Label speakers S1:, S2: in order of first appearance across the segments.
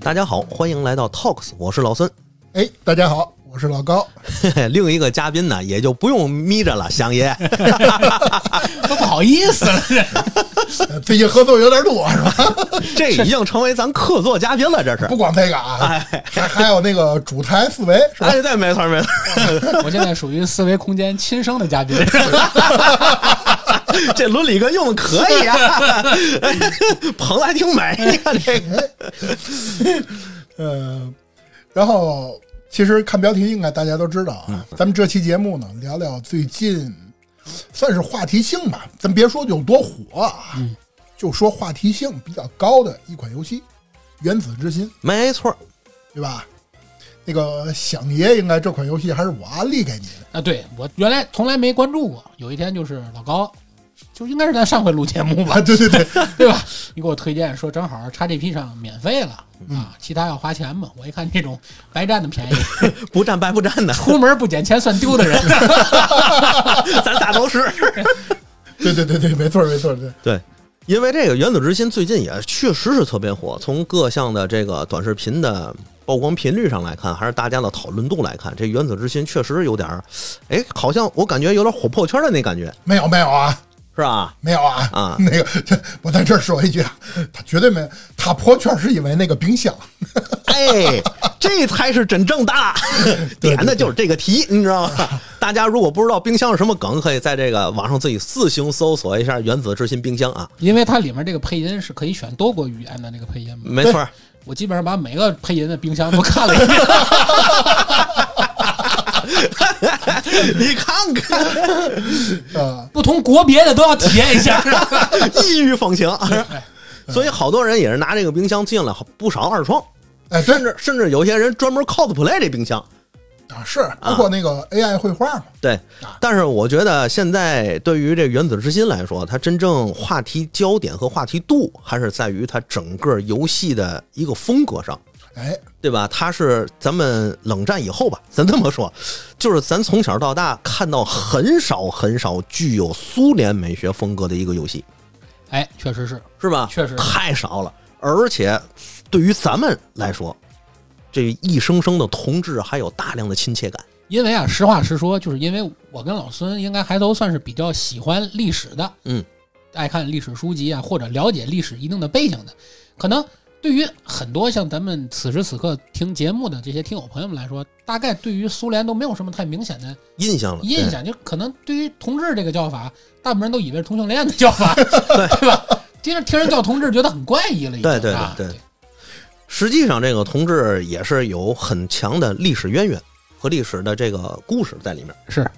S1: 大家好，欢迎来到 Talks，我是老孙。
S2: 哎，大家好，我是老高。
S1: 另一个嘉宾呢，也就不用眯着了，祥 爷。
S3: 都不好意思了，这
S2: 呃最近喝醉有点多，是吧？
S1: 这已经成为咱客座嘉宾了，这是。
S2: 不光这个啊，还还有那个主台四维，是吧？
S1: 哎，对，没错 没错，
S3: 我现在属于四维空间亲生的嘉宾，
S1: 这伦理哥用的可以啊， 捧的还挺美。你看这个，
S2: 嗯，然后其实看标题应该大家都知道啊，咱们这期节目呢，聊聊最近算是话题性吧，咱别说有多火啊，就说话题性比较高的一款游戏《原子之心》，
S1: 没错，
S2: 对吧？那个响爷应该这款游戏还是我安利给你的，
S3: 啊，对我原来从来没关注过，有一天就是老高，就应该是咱上回录节目吧，
S2: 啊，对对对，
S3: 对吧？你给我推荐说正好 XGP 上免费了啊，其他要花钱嘛。我一看这种白占的便宜，
S1: 不占白不占的，
S3: 出门不捡钱算丢的人，
S1: 咱仨都是。
S2: 对对对对，没错没错，对，
S1: 对，因为这个《原子之心》最近也确实是特别火，从各项的这个短视频的曝光频率上来看，还是大家的讨论度来看，这《原子之心》确实有点儿，哎，好像我感觉有点火破圈的那感觉，
S2: 没有没有啊，
S1: 是吧？
S2: 没有啊
S1: 啊
S2: 那个这我在这儿说一句，啊，他绝对没有，他破圈是因为那个冰箱，
S1: 哎，这才是真正大，点的就是这个题，你知道吗？大家如果不知道冰箱是什么梗，可以在这个网上自己自行搜索一下《原子之心》冰箱啊，
S3: 因为它里面这个配音是可以选多国语言的那个配音嘛。
S1: 没错儿。
S3: 我基本上把每个配音的冰箱都看了一遍，
S1: 你看看，
S2: 呃，
S3: 不同国别的都要体验一下。 哎
S1: 异域风情。啊所以好多人也是拿这个冰箱进了好不少二创，
S2: 哎，真
S1: 甚
S2: 是
S1: 至甚至有些人专门 cosplay 这冰箱。
S2: 啊，是包括那个 AI 绘画嘛，
S1: 对，但是我觉得现在对于这原子之心来说，它真正话题焦点和话题度还是在于它整个游戏的一个风格上。
S2: 哎，
S1: 对吧？它是咱们冷战以后吧，咱这么说，就是咱从小到大看到很少很少具有苏联美学风格的一个游戏，
S3: 哎，确实是，
S1: 是吧？
S3: 确实
S1: 太少了，而且对于咱们来说，这一声声的同志还有大量的亲切感。
S3: 因为啊，实话实说，就是因为我跟老孙应该还都算是比较喜欢历史的，
S1: 嗯，
S3: 爱看历史书籍啊，或者了解历史一定的背景的，可能对于很多像咱们此时此刻听节目的这些听友朋友们来说，大概对于苏联都没有什么太明显的
S1: 印象了，
S3: 印象，就可能对于“同志”这个叫法，大部分人都以为是同性恋的叫 法，对吧？听着听人叫同志，觉得很怪异了，已经
S1: 对对
S3: 啊
S1: 对对实际上，这个同志也是有很强的历史渊源和历史的这个故事在里面。
S3: 是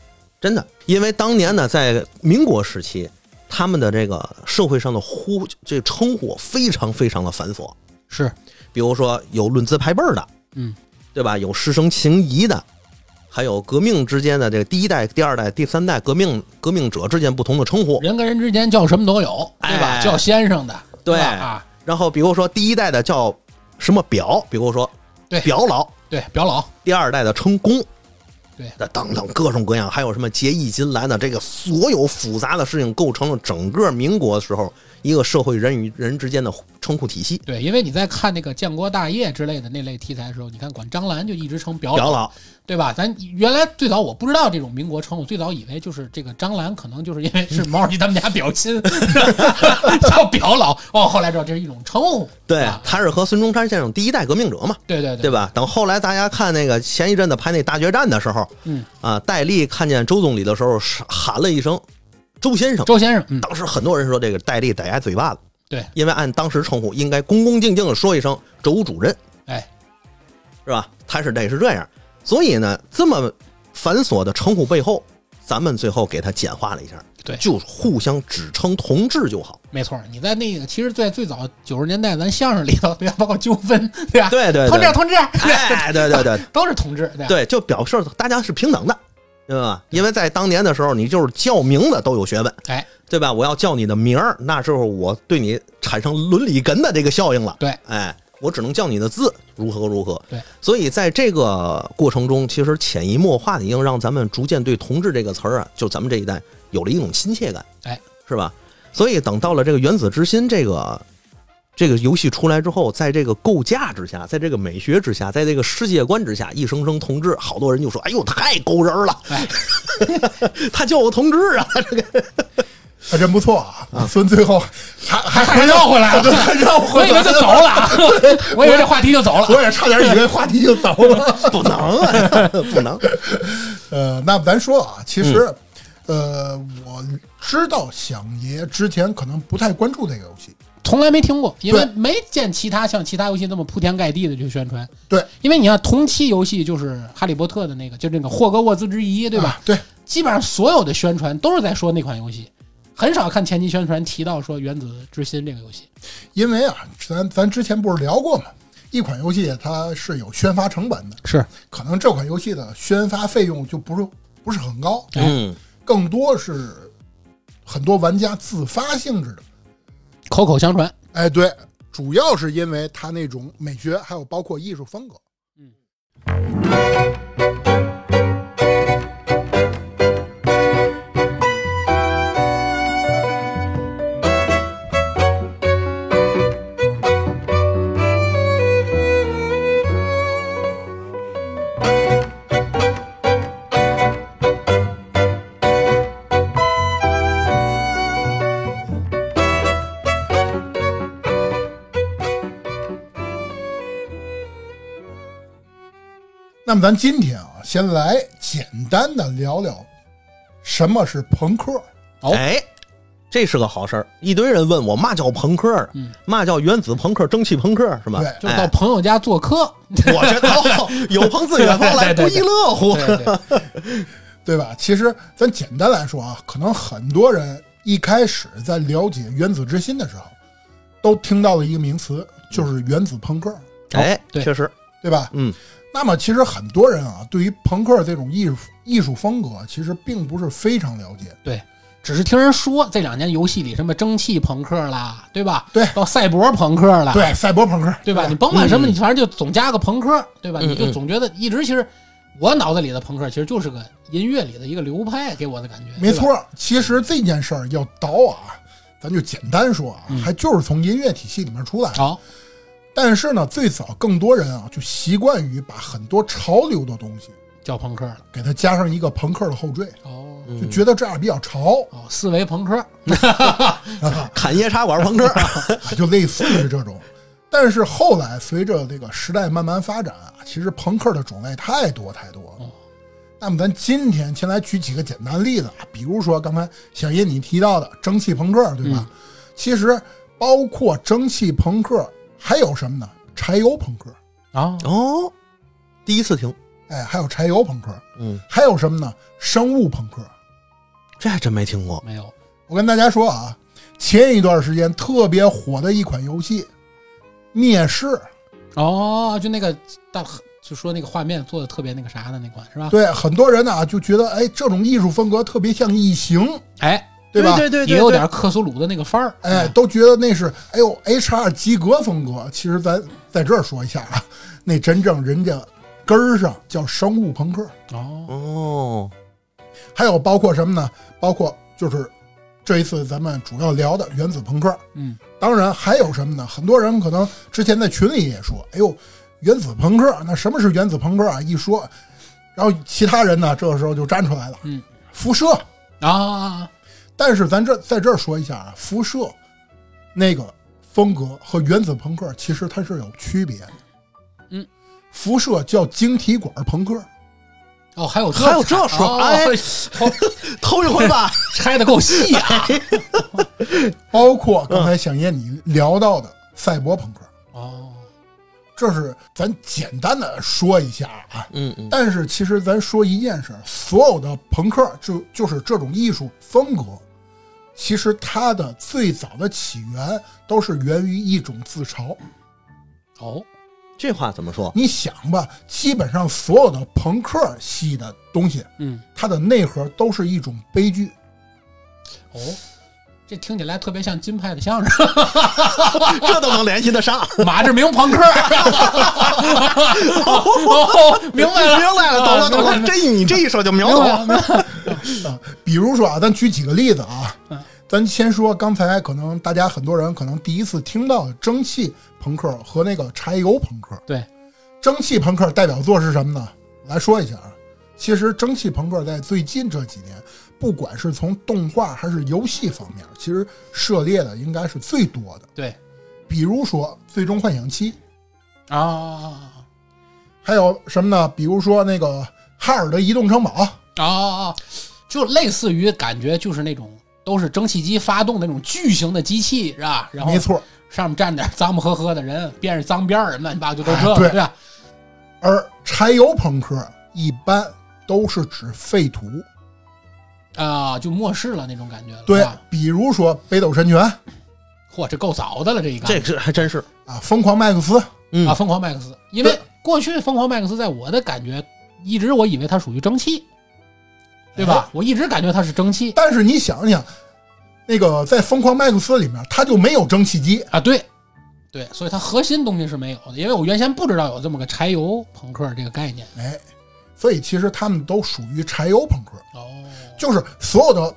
S1: 真的，因为当年呢，在民国时期，他们的这个社会上的呼这称呼非常非常的繁琐，
S3: 是，
S1: 比如说有论资排辈儿的，
S3: 嗯，
S1: 对吧？有师生情谊的，还有革命之间的这个第一代、第二代、第三代革命革命者之间不同的称呼，
S3: 人跟人之间叫什么都有，对吧？
S1: 哎
S3: 叫先生的，
S1: 对
S3: 吧啊，
S1: 然后比如说第一代的叫什么表，比如说
S3: 对
S1: 表老，
S3: 对表老。
S1: 第二代的称公，
S3: 对
S1: 那等等各种各样，还有什么结义金兰的，这个所有复杂的事情构成了整个民国时候一个社会人与人之间的称呼体系。
S3: 对，因为你在看那个建国大业之类的那类题材的时候，你看管张兰就一直称表
S1: 表老，
S3: 对吧？咱原来最早我不知道这种民国称呼，最早以为就是这个张兰可能就是因为是毛主席他们家表亲 叫表老哦，后来知道这是一种称呼，
S1: 对
S3: 啊，
S1: 他是和孙中山先生第一代革命者嘛，
S3: 对对
S1: 对吧？等后来大家看那个前一阵子拍那大决战的时候，
S3: 嗯
S1: 啊，戴笠看见周总理的时候是喊了一声“周先生”，
S3: 周先生，嗯，
S1: 当时很多人说这个戴笠逮挨嘴巴子，
S3: 对，
S1: 因为按当时称呼应该恭恭敬敬的说一声“周主任”。
S3: 哎，
S1: 是吧？他是得是这样，所以呢，这么繁琐的称呼背后，咱们最后给它简化了一下，
S3: 对
S1: 就互相只称同志就好。
S3: 没错，你在那个其实，在最早九十年代咱相声里头，对吧？包括纠纷，对吧？
S1: 对对
S3: 同志
S1: 对，
S3: 同志，
S1: 哎，对对对
S3: 都是同志，对吧？
S1: 对，就表示大家是平等的，对吧？因为在当年的时候，你就是叫名字都有学问，
S3: 哎，
S1: 对吧？我要叫你的名儿，那时候我对你产生伦理根的这个效应了。
S3: 对，
S1: 哎，我只能叫你的字，如何如何。
S3: 对，
S1: 所以在这个过程中，其实潜移默化的已经让咱们逐渐对“同志”这个词儿啊，就咱们这一代有了一种亲切感。
S3: 哎，
S1: 是吧？所以等到了这个原子之心这个这个游戏出来之后，在这个构架之下，在这个美学之下，在这个世界观之下，一声声同志，好多人就说：“哎呦，太勾人了！
S3: 哎，
S1: 他叫我同志啊
S2: 还真不错啊！孙最后还还 还
S3: 绕回来了
S2: 对还绕
S3: 我
S2: 回
S3: 以
S2: 来
S3: 为就走了啊， 我以为这话题就走了。
S2: 我也差点以为话题就走了。！”
S1: 不能啊， 不能。
S2: 呃，那咱说啊，其实，呃，我知道响爷之前可能不太关注这个游戏，
S3: 从来没听过，因为
S2: 对
S3: 没见其他像其他游戏这么铺天盖地的去宣传。
S2: 对，
S3: 因为你看同期游戏就是《哈利波特》的那个，就那个霍格沃兹之遗，对吧？
S2: 啊对，
S3: 基本上所有的宣传都是在说那款游戏，很少看前期宣传提到说《原子之心》这个游戏。
S2: 因为啊，咱咱之前不是聊过吗？一款游戏它是有宣发成本的，
S3: 是
S2: 可能这款游戏的宣发费用就不是不是很高，
S1: 嗯，
S2: 更多是很多玩家自发性质的。
S3: 口口相传，
S2: 哎，对，主要是因为它那种美学，还有包括艺术风格。
S3: 嗯。
S2: 那么咱今天啊，先来简单的聊聊什么是朋克。
S3: 哦
S1: 哎，这是个好事儿。一堆人问我嘛叫朋克啊
S3: 嗯，
S1: 嘛叫原子朋克、蒸汽朋克是吧？
S2: 对
S3: 就是到
S1: 哎
S3: 朋友家做客。
S1: 我这哦， 有朋自远方来，
S3: 对
S1: 不
S3: 对对
S1: 亦乐乎。
S3: 对对，
S2: 对吧？其实咱简单来说啊，可能很多人一开始在了解原子之心的时候，都听到了一个名词，就是原子朋克，
S1: 哎，
S3: 对
S1: 确实，
S2: 对吧？
S1: 嗯。
S2: 那么其实很多人啊，对于朋克这种艺术艺术风格，其实并不是非常了解。
S3: 只是听人说这两年游戏里什么蒸汽朋克啦，对吧？
S2: 对
S3: 到赛博朋克啦，
S2: 对，赛博朋克，
S3: 对吧？你甭管什么，
S1: 嗯
S3: 你反正就总加个朋克，对吧？
S1: 嗯
S3: 你就
S1: 嗯
S3: 总觉得一直其实我脑子里的朋克其实就是个音乐里的一个流派，给我的感觉。
S2: 没
S3: 对吧，
S2: 错。其实这件事儿要倒啊，咱就简单说啊，还就是从音乐体系里面出来的。
S3: 好，
S2: 但是呢，最早更多人啊，就习惯于把很多潮流的东西
S3: 叫朋克了。
S2: 给它加上一个朋克的后缀，
S3: 哦
S2: 就觉得这样比较潮，
S3: 哦，四维朋克，
S1: 侃爷茶馆朋克，
S2: 就类似于这种。但是后来随着这个时代慢慢发展啊，其实朋克的种类太多太多了
S3: 哦。
S2: 那么咱今天先来举几个简单例子啊，比如说刚才小叶你提到的蒸汽朋克，对吧？其实包括蒸汽朋克，还有什么呢？柴油朋克，
S3: 啊，
S1: 哦，第一次听，
S2: 哎，还有柴油朋克，
S1: 嗯，
S2: 还有什么呢？生物朋克。
S1: 这还真没听过。
S3: 没有，
S2: 我跟大家说啊，前一段时间特别火的一款游戏《灭世》，
S3: 哦，就那个大，就说那个画面做的特别那个啥的那款是吧？
S2: 对很多人呢、啊、就觉得，哎，这种艺术风格特别像《异形》，
S3: 哎，
S2: 吧？
S1: 对对对，
S3: 也有点克苏鲁的那个范儿，
S2: 哎，都觉得那是，哎呦，H R 及格风格。其实咱在这儿说一下啊， 那真正人家根儿上叫生物朋克，
S3: 哦，
S1: 哦，
S2: 还有包括什么呢？包括就是这一次咱们主要聊的原子朋克，
S3: 嗯，
S2: 当然还有什么呢？很多人可能之前在群里也说，哎呦，原子朋克，那什么是原子朋克啊？一说，然后其他人呢，这个时候就站出来了，
S3: 嗯，
S2: 辐射。
S3: 啊，
S2: 但是咱这在这儿说一下啊，辐射那个风格和原子朋克其实它是有区别的，
S3: 嗯，
S2: 辐射叫晶体管朋克，
S3: 哦，还有
S1: 还有这
S3: 说
S1: 说，哎， 头一回吧。
S3: 拆的够细啊，
S2: 包括刚才想念你聊到的赛博朋克，
S3: 哦，
S2: 这是咱简单的说一下啊，
S1: 嗯嗯，
S2: 但是其实咱说一件事，所有的朋克就就是这种艺术风格，其实它的最早的起源都是源于一种自嘲。
S3: 哦，
S1: 这话怎么说？
S2: 你想吧，基本上所有的朋克系的东西，
S3: 嗯，
S2: 它的内核都是一种悲剧。
S3: 哦，这听起来特别像金派的相声，
S1: 啊这都能联系得上？
S3: 马志明朋克。哦，明白 了，
S1: 明白了，懂了，懂
S3: 明
S1: 了。
S3: 白
S1: 这你这一说就秒懂了。
S2: 啊，比如说啊，咱举几个例子啊，咱先说刚才可能大家很多人可能第一次听到蒸汽朋克和那个柴油朋克。
S3: 对，
S2: 蒸汽朋克代表作是什么呢？来说一下啊。其实蒸汽朋克在最近这几年，不管是从动画还是游戏方面，其实涉猎的应该是最多的。
S3: 对
S2: 比如说《最终幻想七》，
S3: 啊
S2: 还有什么呢？比如说那个哈尔的移动城堡，
S3: 啊啊，就类似于感觉就是那种都是蒸汽机发动的那种巨型的机器是吧？然后
S2: 没错。
S3: 上面站着脏不呵呵的人，边上脏边儿，乱七八糟就都这
S2: 哎对
S3: 个，对吧？
S2: 而柴油朋克一般都是指废土，
S3: 啊，就末世了那种感觉了。
S2: 对
S3: 是吧，
S2: 比如说《北斗神拳》啊，
S3: 嚯，这够早的了，这一个
S1: 这个是还真 是，
S2: 《啊疯狂麦克斯》
S1: 嗯
S3: 啊，疯狂麦克斯，因为
S2: 对
S3: 过去疯狂麦克斯在我的感觉，一直我以为它属于蒸汽，对吧？我一直感觉它是蒸汽
S2: 但是你想想，那个在《疯狂麦克斯》里面，它就没有蒸汽机，
S3: 啊，对，对，所以它核心东西是没有的，因为我原先不知道有这么个柴油朋克这个概念。
S2: 哎，所以其实他们都属于柴油朋克，
S3: 哦，
S2: 就是所有的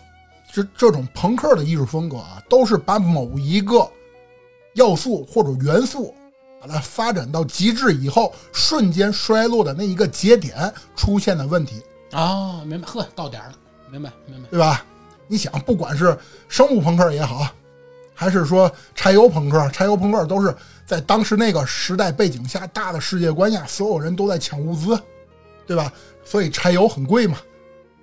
S2: 这这种朋克的艺术风格啊，都是把某一个要素或者元素。把它发展到极致以后，瞬间衰落的那一个节点出现的问题，
S3: 啊，明白，呵，到点儿了，明白，明白。
S2: 对吧？你想，不管是生物朋克也好，还是说柴油朋克，柴油朋克都是在当时那个时代背景下、大的世界观下，所有人都在抢物资，对吧？所以柴油很贵嘛。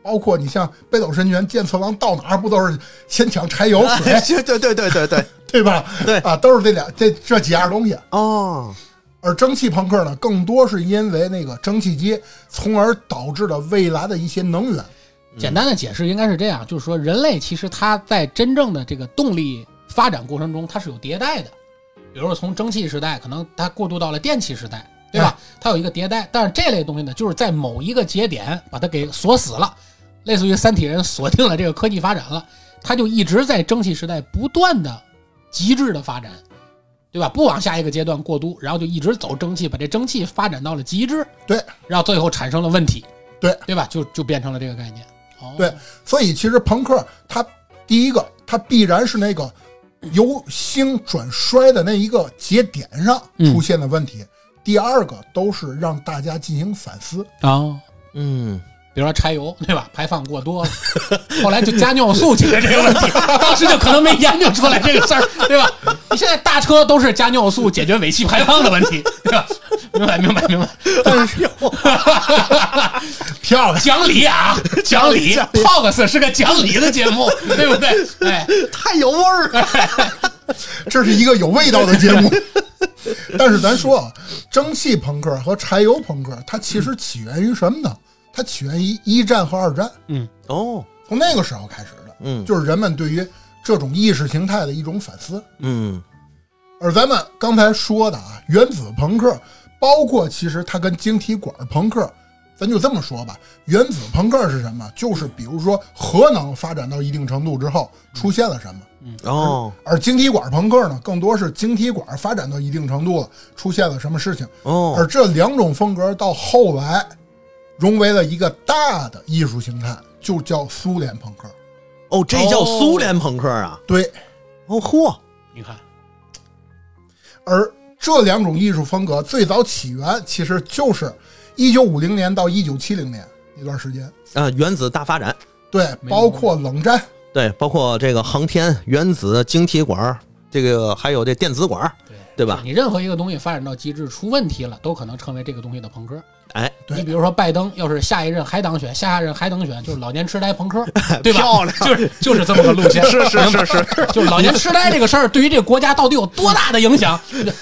S2: 包括你像《北斗神拳》《剑次郎》到哪儿不都是先抢柴油
S1: 哦 对
S2: 水，
S1: 对对对对对，
S2: 对吧？
S1: 哎对
S2: 啊，都是这俩这这几样东西。
S1: 哦，
S2: 而蒸汽朋克呢，更多是因为那个蒸汽机，从而导致了未来的一些能源。
S3: 简单的解释应该是这样，就是说人类其实它在真正的这个动力发展过程中，它是有迭代的。比如说从蒸汽时代，可能它过渡到了电气时代，对吧？它有一个迭代，但是这类东西呢，就是在某一个节点把它给锁死了，类似于三体人锁定了这个科技发展了，它就一直在蒸汽时代不断的极致的发展，对吧？不往下一个阶段过渡，然后就一直走蒸汽，把这蒸汽发展到了极致，
S2: 对，
S3: 然后最后产生了问题，
S2: 对，
S3: 对吧？就就变成了这个概念。哦，
S2: 对，所以其实朋克它第一个，它必然是那个由兴转衰的那一个节点上出现的问题；第二个都是让大家进行反思。
S3: 啊，
S1: 嗯，
S3: 比如说柴油，对吧？排放过多了，后来就加尿素解决这个问题，当时就可能没研究出来这个事儿，对吧？你现在大车都是加尿素解决尾气排放的问题，对吧？明白，明白，明白，
S1: 哎
S2: 但是 漂亮，
S3: 讲理啊，讲理
S1: 讲
S3: ，Talks 是个讲理的节目，对不对？哎，
S1: 太有味儿了，
S2: 这是一个有味道的节目。 但是咱说啊，蒸汽朋克和柴油朋克，它其实起源于什么呢？它起源于一战和二战，
S1: 哦，
S2: 从那个时候开始的，
S1: 嗯
S2: 就是人们对于这种意识形态的一种反思。
S1: 嗯
S2: 而咱们刚才说的啊，原子朋克，包括其实它跟晶体管朋克，咱就这么说吧，原子朋克是什么？就是比如说核能发展到一定程度之后出现了什么，
S1: 哦
S2: 而晶体管朋克呢，更多是晶体管发展到一定程度了出现了什么事情，而
S1: 哦，
S2: 这两种风格到后来融为了一个大的艺术形态，就叫苏联朋克。
S1: 哦，这叫苏联朋克啊，
S2: 对，
S1: 哦嚯，
S3: 你看，
S2: 而这两种艺术风格最早起源其实就是一九五零年到一九七零年那段时间，
S1: 啊，原子大发展，
S2: 对，
S3: 没
S2: 包括冷战，
S1: 对，包括这个航天、原子、晶体管儿，这个还有这电子管儿，
S3: 对
S1: 对吧？
S3: 你任何一个东西发展到极致出问题了，都可能成为这个东西的朋克。
S1: 哎，
S2: 对
S3: 你比如说拜登，要是下一任还当选，下下任还当选，就是老年痴呆 朋克，对吧？
S1: 漂亮
S3: 就是就是这么个路线。
S1: 是是是是，
S3: 就是老年痴呆这个事儿，对于这个国家到底有多大的影响，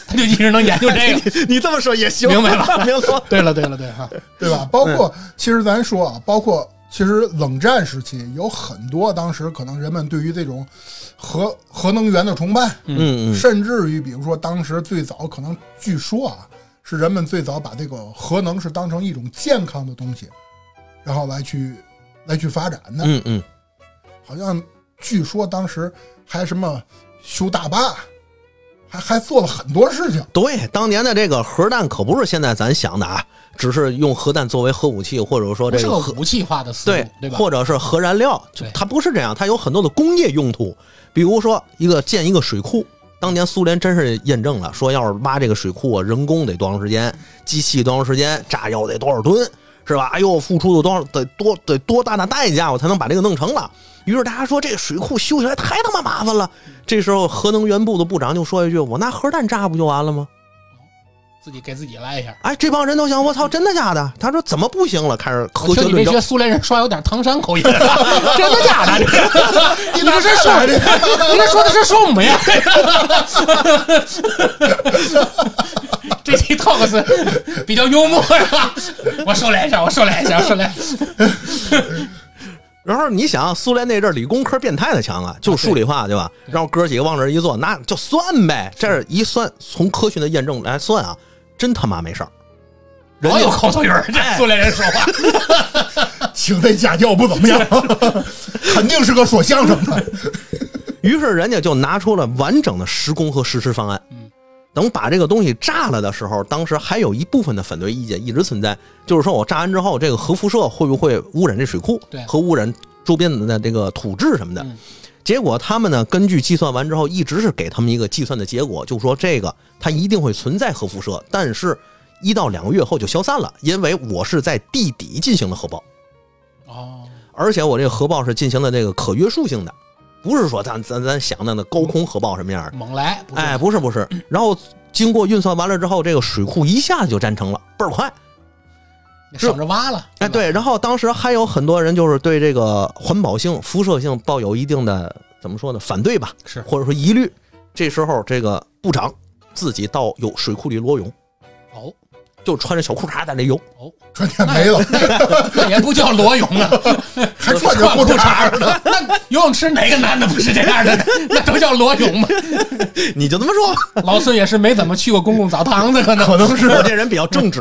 S3: 他就一直能研究 这个。
S1: 你这么说也行，
S3: 明白了
S1: 明白了。
S3: 对了对了对哈，
S2: 对吧？包括其实咱说啊，包括其实冷战时期有很多当时可能人们对于这种核核能源的崇拜，
S1: 嗯嗯，
S2: 甚至于比如说当时最早可能据说啊，是人们最早把这个核能是当成一种健康的东西，然后来去来去发展的。
S1: 嗯嗯，
S2: 好像据说当时还什么修大坝，还还做了很多事情。
S1: 对，当年的这个核弹可不是现在咱想的啊，只是用核弹作为核武器，或者说
S3: 不
S1: 这
S3: 是
S1: 个
S3: 个
S1: 核
S3: 武器化的思
S1: 对
S3: 路，对吧？
S1: 或者是核燃料，就
S3: 对
S1: 它不是这样，它有很多的工业用途，比如说一个建一个水库。当年苏联真是验证了，说要是挖这个水库啊，人工得多长时间，机器多长时间，炸药得多少吨，是吧？哎呦，付出有多少得多得多大的代价，我才能把这个弄成了。于是大家说，这个水库修起来太他妈麻烦了。这时候核能源部的部长就说一句：“我拿核弹炸不就完了吗？”
S3: 自己给自己来一下。
S1: 哎，这帮人都想，我操，真的假的？他说怎么不行了？开始科
S3: 我
S1: 学
S3: 听你
S1: 论
S3: 这
S1: 证
S3: 些。苏联人说有点唐山口 音，真的假 的？你这是说，你这说的是什 么呀？这期 talk 是比较幽默呀。我收敛一下，我收敛一下，我收敛。
S1: 然后你想，苏联那阵儿理工科变态的强啊，就数理化对吧？然后哥几个往这儿一坐，那就算呗。这儿一算，从科学的验证来算啊，真他妈没事儿。人
S3: 老
S1: 家
S3: 有口头语儿，这苏联人说话。
S2: 请那家教不怎么样， 肯定是个说相声的。
S1: 于是人家就拿出了完整的施工和实施方案。
S3: 嗯
S1: 等把这个东西炸了的时候，当时还有一部分的反对意见一直存在，就是说我炸完之后，这个核辐射会不会污染这水库，
S3: 对
S1: 和污染周边的这个土质什么的。
S3: 嗯
S1: 结果他们呢，根据计算完之后，一直是给他们一个计算的结果，就说这个它一定会存在核辐射，但是一到两个月后就消散了，因为我是在地底进行了核爆。
S3: 哦，
S1: 而且我这个核爆是进行了这个可约束性的，不是说咱咱咱想的那高空核爆什么样的，
S3: 猛来，不是
S1: 哎，，不是不是。然后经过运算完了之后，这个水库一下子就占成了，倍儿快。
S3: 省着挖了。
S1: 哎，
S3: 吧，
S1: 对，然后当时还有很多人就是对这个环保性、辐射性抱有一定的怎么说呢反对吧，
S3: 是
S1: 或者说疑虑。这时候这个部长自己到有水库里裸泳，
S3: 哦
S1: 就穿着小裤衩在那游。
S3: 哦，
S2: 穿天没了，
S3: 那也不叫裸泳啊，
S2: 还穿着裤衩呢。
S3: 那游泳池哪个男的不是这样的呢？那都叫裸泳吗？
S1: 你就这么说吧，
S3: 老孙也是没怎么去过公共澡堂子，可能
S2: 可能是
S1: 我这人比较正直，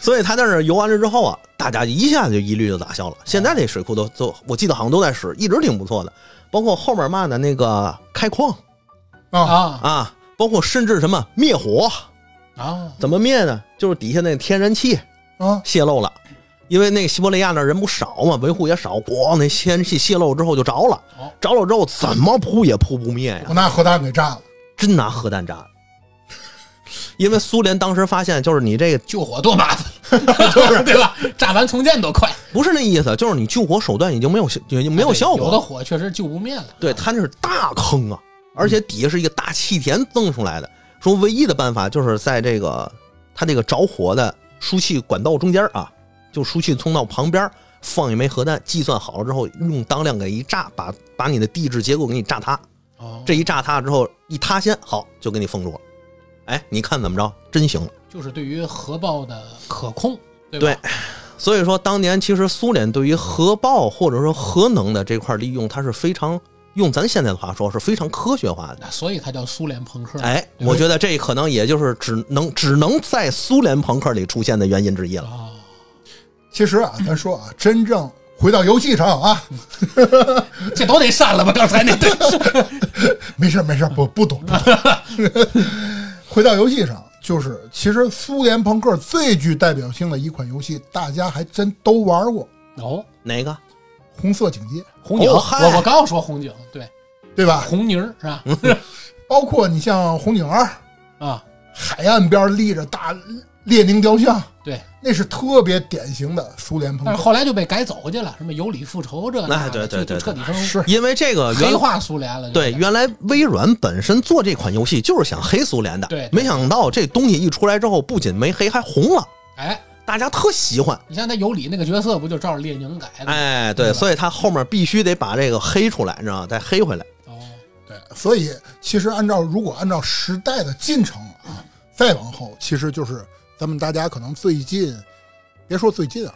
S1: 所以他在那儿游完了之后啊，大家一下子就一律就打消了。现在这水库都都，我记得好像都在使，一直挺不错的。包括后面嘛的那个开矿
S2: 啊，
S3: 啊
S1: 啊，包括甚至什么灭火，
S3: 啊！
S1: 怎么灭呢？就是底下那天然气
S2: 啊，
S1: 泄漏了，因为那个西伯利亚那儿人不少嘛，维护也少，咣，那天然气泄漏之后就着了
S3: 哦，
S1: 着了之后怎么扑也扑不灭呀
S2: 我。拿核弹给炸了。
S1: 真拿核弹炸的。因为苏联当时发现，就是你这个
S3: 救火多麻烦， 就是对吧？炸完重建多快，
S1: 不是那意思，就是你救火手段已经没有已经没有效
S3: 有的
S1: 果。
S3: 火确实救不灭了。
S1: 对，它那是大坑啊，而且底下是一个大气田增出来的。说唯一的办法就是在这个它这个着火的输气管道中间啊，就输气通道旁边放一枚核弹，计算好了之后用当量给一炸，把把你的地质结构给你炸塌。
S3: 哦，
S1: 这一炸塌之后一塌陷，好就给你封住了。哎，你看怎么着？真行了。
S3: 就是对于核爆的可控，对吧？
S1: 对所以说，当年其实苏联对于核爆或者说核能的这块利用，它是非常用咱现在的话说是非常科学化的。
S3: 那所以它叫苏联朋克。
S1: 哎，
S3: 对
S1: 我觉得这可能也就是只能只能在苏联朋克里出现的原因之一了。
S3: 啊，
S2: 其实啊，咱说啊，真正回到游戏上啊，
S3: 这都得删了吧？刚才那对，
S2: 没事儿没事儿，不不懂。 不懂回到游戏上，就是其实苏联朋克最具代表性的一款游戏，大家还真都玩过，《
S3: 哦，
S1: 哪个？
S2: 红色警戒》，
S3: 红警，
S1: 哦嗨嗯
S3: 我我刚要说红警，对，
S2: 对吧？
S3: 红泥儿是吧？
S2: 包括你像《红警二》，
S3: 啊，
S2: 海岸边立着大列宁雕像，
S3: 对。
S2: 那是特别典型的苏联朋
S3: 但是
S2: 克。
S3: 后来就被改走去了，什么有理复仇这那
S1: 哎对对
S3: 的，就
S1: 对
S3: 就彻底成
S2: 是
S1: 因为这个原
S3: 黑化苏联了。
S1: 对
S3: 就是
S1: 原来微软本身做这款游戏就是想黑苏联的，
S3: 对
S1: 没想到这东西一出来之后，不仅没黑，还红了，
S3: 哎，
S1: 大家特喜欢。
S3: 你像那有理那个角色，不就照着列宁改的吗？
S1: 哎，对，
S3: 对吧
S1: 所以他后面必须得把这个黑出来，你知道吗？再黑回来。
S3: 哦，
S2: 对，所以其实按照如果按照时代的进程啊，再往后，其实就是咱们大家可能最近，别说最近啊，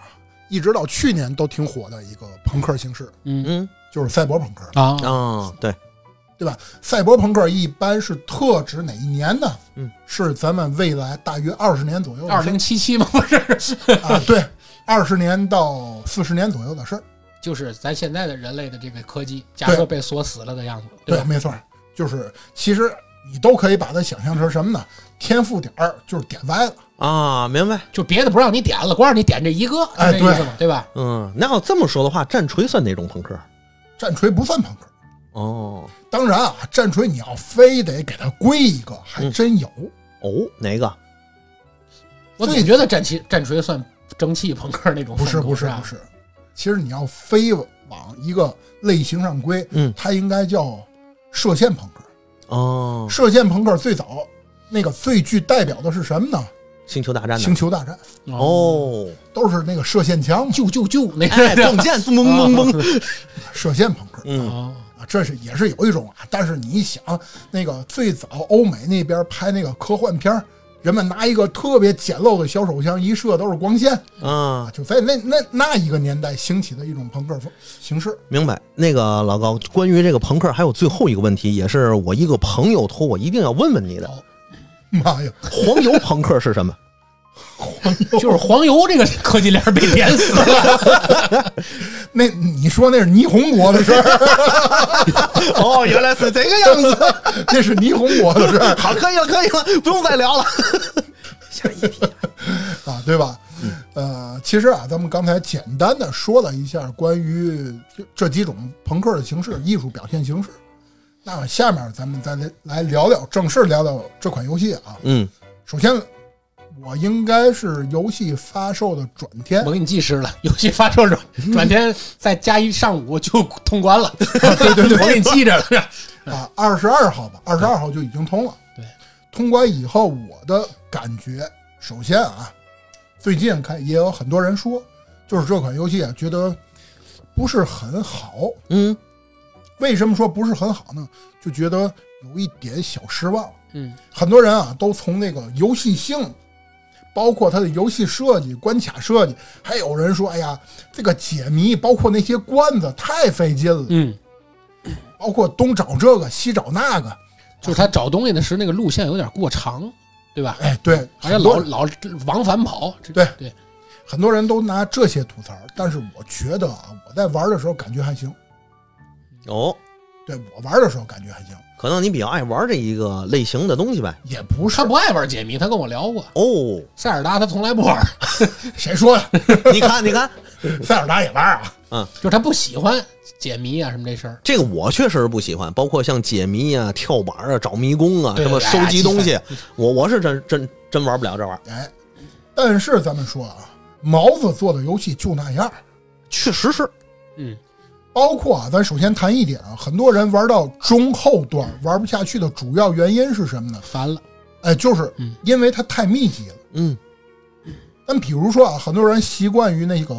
S2: 一直到去年都挺火的一个朋克形式，
S3: 嗯
S1: 嗯
S2: 就是赛博朋克，
S3: 啊
S1: 啊、对，
S2: 对吧？赛博朋克一般是特指哪一年呢？
S1: 嗯，
S2: 是咱们未来大约二十年左右的
S3: 二
S2: 事
S3: 零七七嘛，不是，
S2: 儿啊，对，二十年到四十年左右的事儿。
S3: 就是咱现在的人类的这个科技，假设被锁死了的样子，
S2: 对，
S3: 吧？
S2: 没错儿，就是其实你都可以把它想象成什么呢？天赋点儿就是点歪了，
S1: 啊，明白。
S3: 就别的不让你点了，光让你点这一个，
S2: 哎
S3: 是这意思嘛，对吧？
S1: 嗯，那要这么说的话，战锤算哪种朋克？
S2: 战锤不算朋克。
S1: 哦
S2: 当然啊，战锤你要非得给它归一个，还真有。
S1: 哦，哪个？
S3: 我
S2: 所以
S3: 总觉得战旗战锤算蒸汽朋克那种
S2: 不
S3: 风
S2: 是
S3: 格，
S2: 不是
S3: 吧
S2: 不是，其实你要非往一个类型上归，
S1: 嗯
S2: 它应该叫射线朋克。
S1: 哦，
S2: 射线朋克最早那个最具代表的是什么呢？
S1: 星球大战的
S2: 星。球大战
S1: 哦，
S2: 都是那个射线枪嘛，
S3: 救救救那 个
S1: 哎，撞剑，嘣嘣嘣嘣。
S2: 射线朋克
S1: 嗯，
S3: 哦，
S2: 啊，这是也是有一种啊。但是你想，那个最早欧美那边拍那个科幻片儿人们拿一个特别简陋的小手枪一射都是光线啊，
S1: 啊，
S2: 就在那那那一个年代兴起的一种朋克风形式。
S1: 明白。那个老高，关于这个朋克，还有最后一个问题，也是我一个朋友托我一定要问问你的：
S2: 妈呀，
S1: 黄油朋克是什么？
S3: 就是黄油这个科技链被点死 了，
S2: 那你说那是霓虹国的事儿，
S1: 哦，原来是这个 样子。
S2: 那是霓虹国的事儿
S1: 好，可以了，可以了，不用再聊了。下一题。
S2: 啊，对吧？呃，其实啊，咱们刚才简单的说了一下关于这这几种朋克的形式、艺术表现形式。那下面咱们再来来聊聊，正式聊聊这款游戏啊。
S1: 嗯，
S2: 首先，我应该是游戏发售的转天
S3: 我，给你计时了，游戏发售转转天再加一上午就通关了，对对对， 我给你记着了，
S2: 啊，二十二号吧，二十二号就已经通了。
S3: 对，
S2: 通关以后，我的感觉，首先啊，最近看也有很多人说，就是这款游戏啊，觉得不是很好。
S1: 嗯，
S2: 为什么说不是很好呢？就觉得有一点小失望。
S3: 嗯，
S2: 很多人啊，都从那个游戏性，包括它的游戏设计、关卡设计，还有人说，哎呀，这个解谜，包括那些关子太费劲了，
S3: 嗯，
S2: 包括东找这个西找那个。
S3: 就是他找东西的时候那个路线有点过长，对吧？
S2: 哎，对，
S3: 而且
S2: 很多
S3: 老
S2: 人
S3: 老往返跑，这
S2: 对
S3: 对，
S2: 很多人都拿这些吐槽，但是我觉得啊，我在玩的时候感觉还行，
S1: 哦，
S2: 对我玩的时候感觉还行，
S1: 可能你比较爱玩这一个类型的东西呗。
S2: 也不是
S3: 他不爱玩解谜，他跟我聊过，
S1: 哦，
S3: 塞尔达他从来不玩，
S2: 谁说的，
S1: 你看，你看，
S2: 塞尔达也玩啊，
S3: 就是他不喜欢解谜啊什么这事儿。
S1: 这个我确实不喜欢，包括像解谜啊、跳板啊、找迷宫啊，
S3: 对
S1: 什么
S3: 对
S1: 收集东西
S3: 哎，
S1: 我我是真真真玩不了这玩意儿，
S2: 哎，但是咱们说啊，毛子做的游戏就那样儿，
S1: 确实是。
S3: 嗯，
S2: 包括啊，咱首先谈一点啊，很多人玩到中后段玩不下去的主要原因是什么呢？
S3: 烦了，
S2: 哎，就是
S3: 嗯
S2: 因为它太密集了。
S1: 嗯，
S2: 但比如说啊，很多人习惯于那个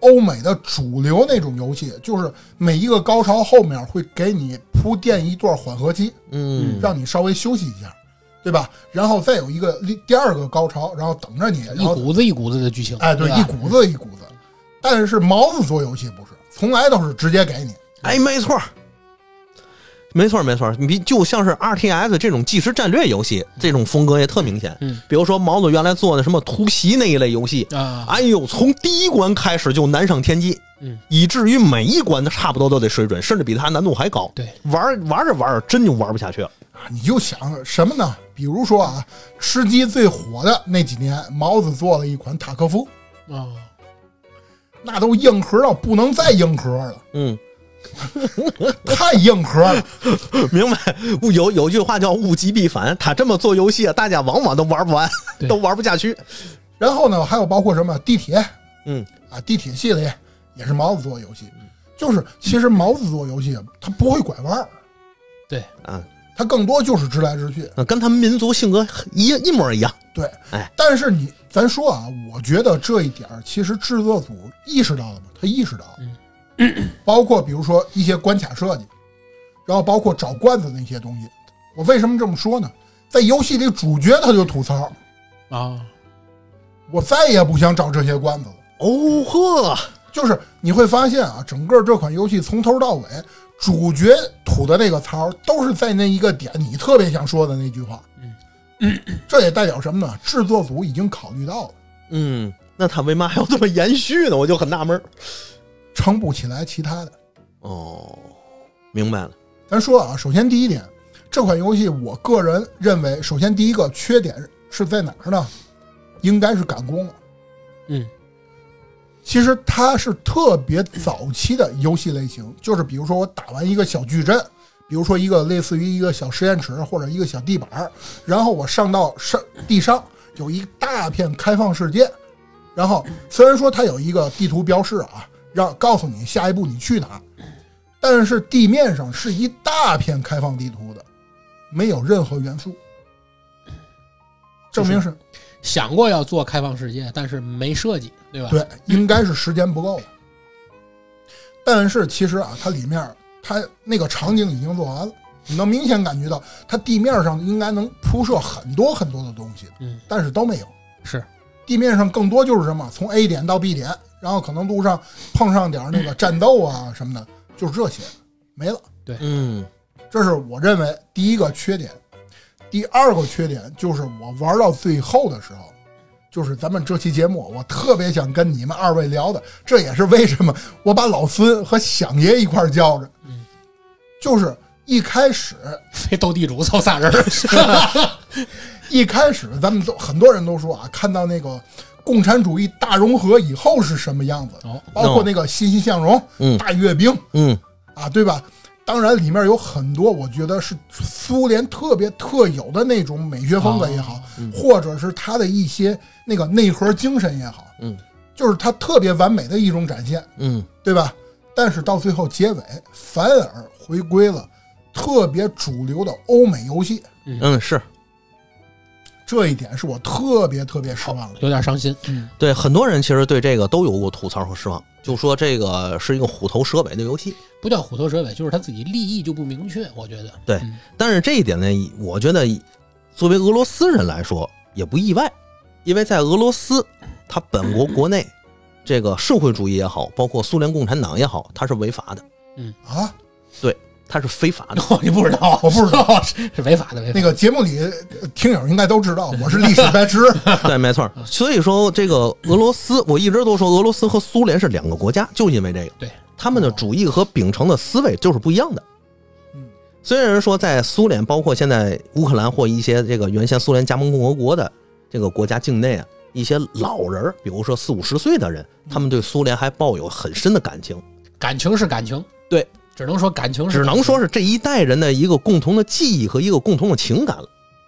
S2: 欧美的主流那种游戏，就是每一个高潮后面会给你铺垫一段缓和期，
S1: 嗯，
S2: 让你稍微休息一下，对吧？然后再有一个第二个高潮，然后等着你，然
S3: 一
S2: 后
S3: 股子一股子的剧情，
S2: 哎，对，
S3: 吧
S2: 一股子一股子。但是毛子做游戏不是，从来都是直接给你。
S1: 哎，没错儿，没错儿，没错儿。你比就像是 R T S 这种即时战略游戏，这种风格也特明显。
S3: 嗯，
S1: 比如说毛子原来做的什么突袭那一类游戏，
S3: 啊，
S1: 哎呦，从第一关开始就难上天机，
S3: 嗯，
S1: 以至于每一关都差不多都得水准，甚至比它难度还高。
S3: 对，
S1: 玩儿玩着玩着真就玩不下去了。
S2: 啊，你就想什么呢？比如说啊，吃鸡最火的那几年，毛子做了一款塔科夫，
S3: 哦，
S2: 那都硬核到不能再硬核了，
S1: 嗯，
S2: 太硬核了。
S1: 明白。物有有句话叫物极必反，他这么做游戏啊，大家往往都玩不完，
S3: 对
S1: 都玩不下去。
S2: 然后呢，还有包括什么地铁，
S1: 嗯，
S2: 啊，地铁系列也是毛子做游戏，就是其实毛子做游戏它不会拐弯儿，
S3: 对，
S1: 啊，
S2: 它更多就是直来直去。
S1: 那跟他们民族性格一一模一样。
S2: 对，
S1: 哎，
S2: 但是你咱说啊，我觉得这一点儿其实制作组意识到了吗？他意识到了， 包括比如说一些关卡设计，然后包括找罐子那些东西。我为什么这么说呢？在游戏里，主角他就吐槽，
S3: 啊，
S2: 我再也不想找这些罐子了。
S1: 哦呵，
S2: 就是你会发现啊，整个这款游戏从头到尾，主角吐的那个槽都是在那一个点，你特别想说的那句话。嗯， 这也代表什么呢？制作组已经考虑到了。
S1: 嗯，那他为嘛还要这么延续呢？我就很纳闷儿。
S2: 撑不起来其他的。
S1: 哦，明白了。
S2: 咱说啊，首先第一点，这款游戏，我个人认为，首先第一个缺点是在哪儿呢？应该是赶工了。
S3: 嗯，
S2: 其实它是特别早期的游戏类型，就是比如说我打完一个小矩阵，比如说一个类似于一个小实验池或者一个小地板儿，然后我上到上地上有一大片开放世界，然后虽然说它有一个地图标示啊，让告诉你下一步你去哪儿，但是地面上是一大片开放地图的，没有任何元素，证明是
S3: 想过要做开放世界，但是没设计，对吧？
S2: 对，应该是时间不够了。但是其实啊，它里面它那个场景已经做完了，你能明显感觉到它地面上应该能铺设很多很多的东西，
S3: 嗯，
S2: 但是都没有。
S3: 是，
S2: 地面上更多就是什么，从 A 点到 B 点，然后可能路上碰上点儿那个战斗啊什么的，就是这些，没了。
S1: 嗯
S2: 这是我认为第一个缺点。第二个缺点就是我玩到最后的时候，就是咱们这期节目，我特别想跟你们二位聊的，这也是为什么我把老孙和响爷一块儿叫着
S3: 嗯，
S2: 就是一开始
S3: 非斗地主凑仨人儿，
S2: 一开始咱们都很多人都说啊，看到那个共产主义大融合以后是什么样子，
S3: 哦
S2: 包括那个欣欣向荣、
S1: 嗯
S2: 大阅兵，
S1: 嗯
S2: 啊，对吧？当然，里面有很多我觉得是苏联特别特有的那种美学风格也好，或者是它的一些那个内核精神也好，
S1: 嗯，
S2: 就是它特别完美的一种展现，
S1: 嗯
S2: 对吧？但是到最后结尾，反而回归了特别主流的欧美游戏，
S1: 嗯，是
S2: 这一点是我特别特别失望的。
S3: 有点伤心。嗯，
S1: 对很多人其实对这个都有过吐槽和失望，就说这个是一个虎头蛇尾的游戏。
S3: 不叫虎头蛇尾，就是他自己利益就不明确，我觉得。
S1: 对
S3: 嗯
S1: 但是这一点呢，我觉得作为俄罗斯人来说也不意外，因为在俄罗斯，它本国国内这个社会主义也好，包括苏联共产党也好，它是违法的，
S2: 啊，
S1: 它是非法的。
S3: 哦，你不知道，
S2: 我不知
S3: 道，是 是违法的，违
S2: 那
S3: 法的。
S2: 个节目里呃听友应该都知道，我是历史白痴，
S1: 对，没错儿。所以说，这个俄罗斯，我一直都说俄罗斯和苏联是两个国家，就因为这个，
S3: 对，
S1: 他们的主义和秉承的思维就是不一样的。
S2: 嗯，
S1: 虽然说在苏联，包括现在乌克兰或一些这个原先苏联加盟共和国的这个国家境内啊，一些老人儿，比如说四五十岁的人，他们对苏联还抱有很深的感情，
S3: 感情是感情，
S1: 对，
S3: 只能说感情是
S1: 只
S3: 感情，
S1: 能说是这一代人的一个共同的记忆和一个共同的情感了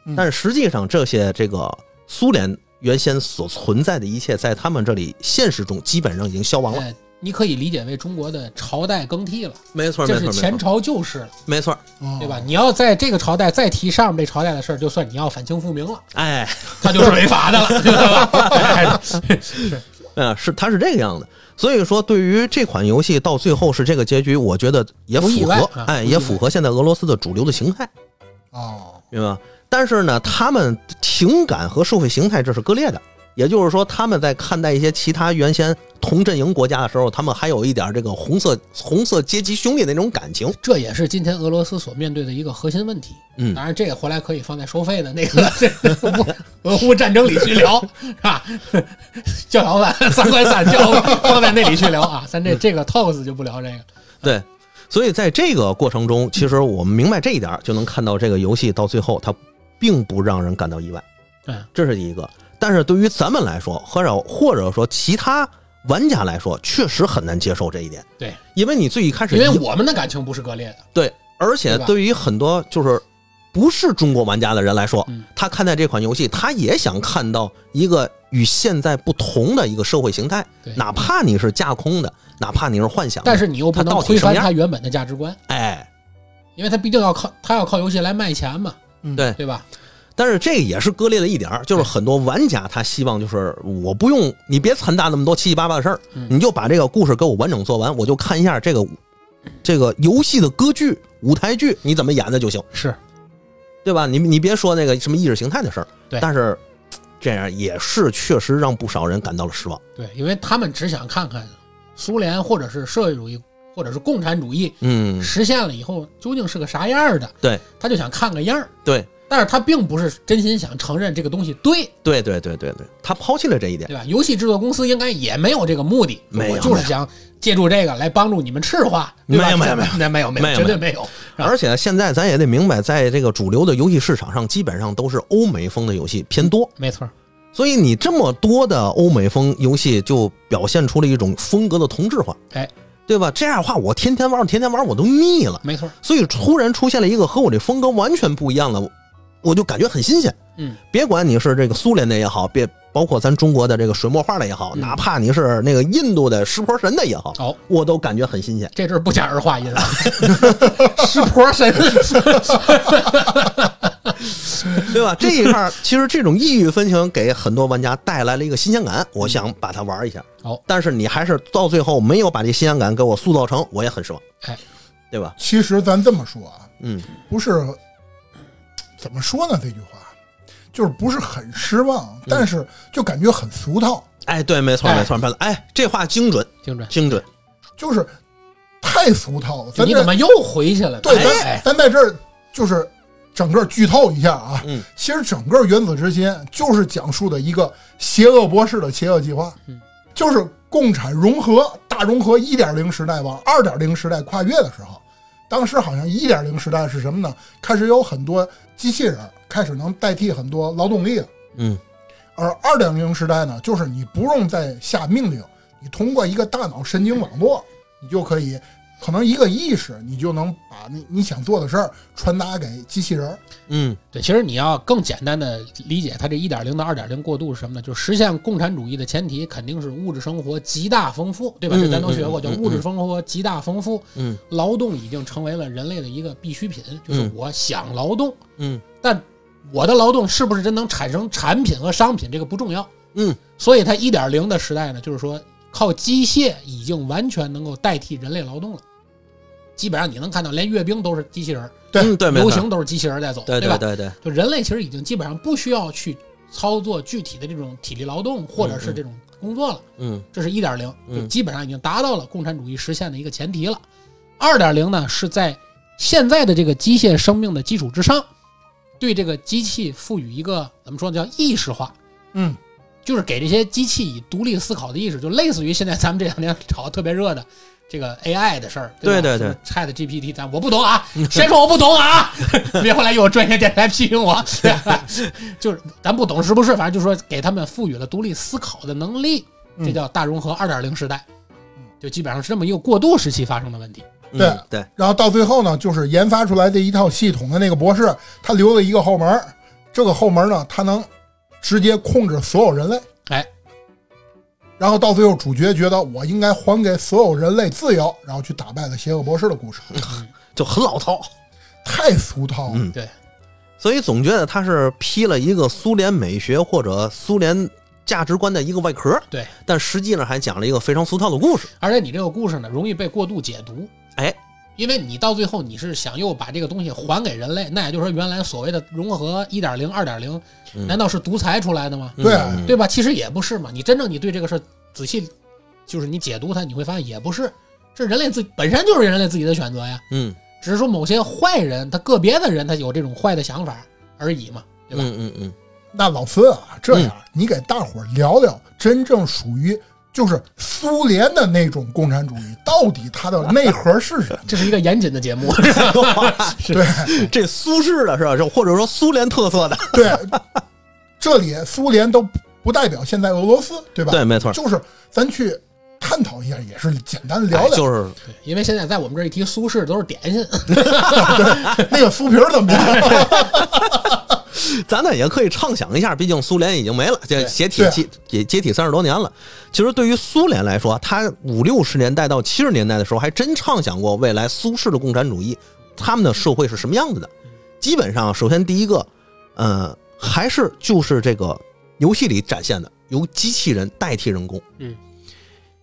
S2: 嗯。
S1: 但是实际上，这些这个苏联原先所存在的一切，在他们这里现实中基本上已经消亡了。
S3: 哎你可以理解为中国的朝代更替了，
S1: 没错，
S3: 这
S1: 没
S3: 是
S1: 错，哦没
S3: 前
S1: 错，
S3: 朝旧事了，
S1: 没错。
S3: 对
S2: 对
S3: 吧？？你要在这个朝代再提上面这朝代的事儿，就算你要反清 复明了，
S1: 哎，
S3: 他就是违法的了， 对吧？哎
S1: 嗯，是它是这个样的。所以说，对于这款游戏到最后是这个结局，我觉得也
S3: 不意
S1: 符
S3: 外
S1: 合，
S3: 啊
S1: 哎，
S3: 不意
S1: 也
S3: 外
S1: 符合现在俄罗斯的主流的形态，
S2: 哦，
S1: 明白吗？但是呢，他们情感和社会形态这是割裂的，也就是说，他们在看待一些其他原先同阵营国家的时候，他们还有一点这个红色红色阶级兄弟那种感情。
S3: 这也是今天俄罗斯所面对的一个核心问题。
S1: 嗯
S3: 当然，这个回来可以放在收费的那个 这个俄乌战争里去聊，是吧？ 叫老板三块三，叫老板放在那里去聊啊。咱这这个 talks 就不聊这个。
S1: 对，所以在这个过程中，其实我们明白这一点儿，就能看到这个游戏到最后它并不让人感到意外。
S3: 嗯，
S1: 这是一个。但是对于咱们来说，或者或者说其他玩家来说，确实很难接受这一点，
S3: 对，
S1: 因为你最一开始
S3: 因为
S1: 一
S3: 我们的感情不是割裂的，
S1: 对，而且
S3: 对吧
S1: 对于很多就是不是中国玩家的人来说
S3: 嗯，
S1: 他看待这款游戏，他也想看到一个与现在不同的一个社会形态
S3: 对，
S1: 哪怕你是架空的，哪怕你是幻想的，
S3: 但是你又不
S1: 它
S3: 能
S1: 到底
S3: 推翻
S1: 什么
S3: 他原本的价值观，
S1: 哎，
S3: 因为他毕竟要靠他要靠游戏来卖钱嘛，
S1: 嗯对。
S3: 对吧？
S1: 但是这也是割裂的一点儿，就是很多玩家他希望就是我不用你别掺杂那么多七七八八的事儿
S3: 嗯，
S1: 你就把这个故事给我完整做完，我就看一下这个这个游戏的歌剧舞台剧你怎么演的就行，
S3: 是
S1: 对吧？你你别说那个什么意识形态的事儿，
S3: 对
S1: 但是嘖这样也是确实让不少人感到了失望。
S3: 对，因为他们只想看看苏联或者是社会主义或者是共产主义
S1: 嗯，
S3: 实现了以后究竟是个啥样儿的，
S1: 对
S3: 他就想看个样儿。
S1: 对，
S3: 但是他并不是真心想承认这个东西对，
S1: 对对对对对，他抛弃了这一点，
S3: 对吧？游戏制作公司应该也没有这个目的，
S1: 没有
S3: 我就是想借助这个来帮助你们赤化，对吧
S1: 没有没有没有
S3: 那没有没
S1: 没有
S3: 绝对没有。是吧
S1: 而且现在咱也得明白，在这个主流的游戏市场上，基本上都是欧美风的游戏偏多，
S3: 没错，
S1: 所以你这么多的欧美风游戏，就表现出了一种风格的同质化，
S3: 哎，
S1: 对吧？这样的话，我天天玩，天天玩，我都腻了。
S3: 没错，
S1: 所以突然出现了一个和我这风格完全不一样的，我就感觉很新鲜。
S3: 嗯，
S1: 别管你是这个苏联的也好，别包括咱中国的这个水墨画的也好，哪怕你是那个印度的湿婆神的也好，
S3: 好、
S1: 我都感觉很新鲜。
S3: 这阵儿不讲儿化音 了，湿婆神，
S1: 对吧？这一块儿其实这种异域风情给很多玩家带来了一个新鲜感，我想把它玩一下。
S3: 好
S1: 但是你还是到最后没有把这新鲜感给我塑造成，我也很失望，
S3: 哎，
S1: 对吧？
S2: 其实咱这么说啊，
S1: 嗯，
S2: 不是怎么说呢？这句话就是不是很失望，
S3: 嗯
S2: 但是就感觉很俗套，
S1: 哎，对，没错，
S3: 哎
S1: 没错，没错。哎，这话精准，
S3: 精准。
S1: 精准。
S2: 就是太俗套了。咱
S3: 你
S2: 这
S3: 怎么又回去了？
S2: 对，
S3: 哎
S2: 咱
S3: 哎
S2: 咱在这儿就是整个剧透一下啊。
S1: 嗯，
S2: 其实整个《原子之心》就是讲述的一个邪恶博士的邪恶计划，
S3: 嗯，
S2: 就是共产融合、大融合一点零时代往二点零时代跨越的时候，当时好像一点零时代是什么呢？开始有很多机器人开始能代替很多劳动力了。
S1: 嗯，
S2: 而二点零时代呢，就是你不用再下命令，你通过一个大脑神经网络，你就可以，可能一个意识，你就能把你你想做的事儿传达给机器人儿。
S1: 嗯，
S3: 对，其实你要更简单的理解它这一点零到二点零过渡是什么呢？就是实现共产主义的前提肯定是物质生活极大丰富，对吧？
S1: 嗯
S3: 这咱都学
S1: 嗯
S3: 过，
S1: 嗯
S3: 叫
S1: 嗯
S3: 物质生活极大丰富。
S1: 嗯，
S3: 劳动已经成为了人类的一个必需品，就是
S1: 嗯
S3: 我想劳动，
S1: 嗯，
S3: 但我的劳动是不是真能产生产品和商品，这个不重要。
S1: 嗯，
S3: 所以它一点零的时代呢，就是说靠机械已经完全能够代替人类劳动了。基本上你能看到，连阅兵都是机器人儿，
S2: 对
S1: 嗯对，没
S3: 游
S1: 错，
S3: 行都是机器人儿在走，
S1: 对
S3: 吧？
S1: 对对，
S3: 就人类其实已经基本上不需要去操作具体的这种体力劳动或者是这种工作了，
S1: 嗯
S3: 这是一点零，
S1: 嗯
S3: 就基本上已经达到了共产主义实现的一个前提了。二点零呢是在现在的这个机械生命的基础之上，对这个机器赋予一个怎么说呢，叫意识化，
S2: 嗯，
S3: 就是给这些机器以独立思考的意识，就类似于现在咱们这两天炒得特别热的。这个 AI 的事儿，
S1: 对对对
S3: ，Chat GPT，咱我不懂啊，谁说我不懂啊？ 别回来有专业电台批评我， 对吧就是咱不懂是不是？反正就是说给他们赋予了独立思考的能力，
S2: 嗯
S3: 这叫大融合二点零时代，就基本上是这么一个过渡时期发生的问题。
S1: 嗯
S2: 对
S1: 对，
S2: 然后到最后呢，就是研发出来这一套系统的那个博士，他留了一个后门儿，这个后门呢，他能直接控制所有人类。
S3: 哎，
S2: 然后到最后，主角觉得我应该还给所有人类自由，然后去打败了邪恶博士的故事，
S1: 就很老套。
S2: 太俗套了。
S1: 嗯
S3: 对，
S1: 所以总觉得他是披了一个苏联美学或者苏联价值观的一个外壳，
S3: 对，
S1: 但实际上还讲了一个非常俗套的故事。
S3: 而且你这个故事呢，容易被过度解读，
S1: 哎，
S3: 因为你到最后你是想又把这个东西还给人类，那也就是说原来所谓的融合一点零、二点零，
S1: 嗯
S3: 难道是独裁出来的吗？
S2: 对啊
S1: 嗯
S3: 对吧？其实也不是嘛。你真正你对这个事儿仔细，就是你解读它，你会发现也不是，这人类自本身就是人类自己的选择呀，
S1: 嗯
S3: 只是说某些坏人，他个别的人他有这种坏的想法而已嘛，对吧？？
S1: 嗯嗯嗯，
S2: 那老孙啊，这样、你给大伙儿聊聊，真正属于就是苏联的那种共产主义，到底它的内核 是什么
S3: 这是一个严谨的节目，
S1: 嗯
S3: 是
S2: 对
S1: 这苏式的是吧？这或者说苏联特色的，
S2: 对，这里苏联都不代表现在俄罗斯，对吧？
S1: 对，没错，
S2: 就是咱去探讨一下，也是简单聊聊、
S1: 哎就是
S3: 对因为现在在我们这儿一提苏轼都是点心，
S2: 那个酥皮儿怎么样？
S1: 咱呢也可以畅想一下，毕竟苏联已经没了，这
S3: 对
S1: 解体
S2: 对
S1: 解解解体三十多年了。其实对于苏联来说，他五六十年代到七十年代的时候，还真畅想过未来苏式的共产主义，他们的社会是什么样子的。基本上，首先第一个，呃，还是就是这个游戏里展现的，由机器人代替人工。
S3: 嗯，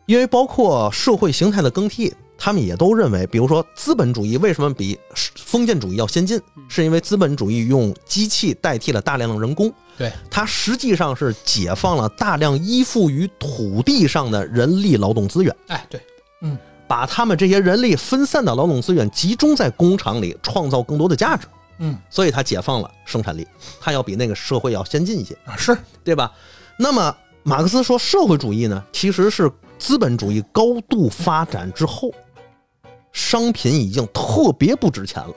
S1: 因为包括社会形态的更替，他们也都认为，比如说资本主义为什么比封建主义要先进，是因为资本主义用机器代替了大量的人工，
S3: 对，
S1: 它实际上是解放了大量依附于土地上的人力劳动资源，
S3: 哎，对，
S1: 把他们这些人力分散的劳动资源集中在工厂里，创造更多的价值。
S2: 嗯
S1: 所以它解放了生产力，它要比那个社会要先进一些，
S2: 啊是
S1: 对吧？那么马克思说社会主义呢，其实是资本主义高度发展之后，商品已经特别不值钱了。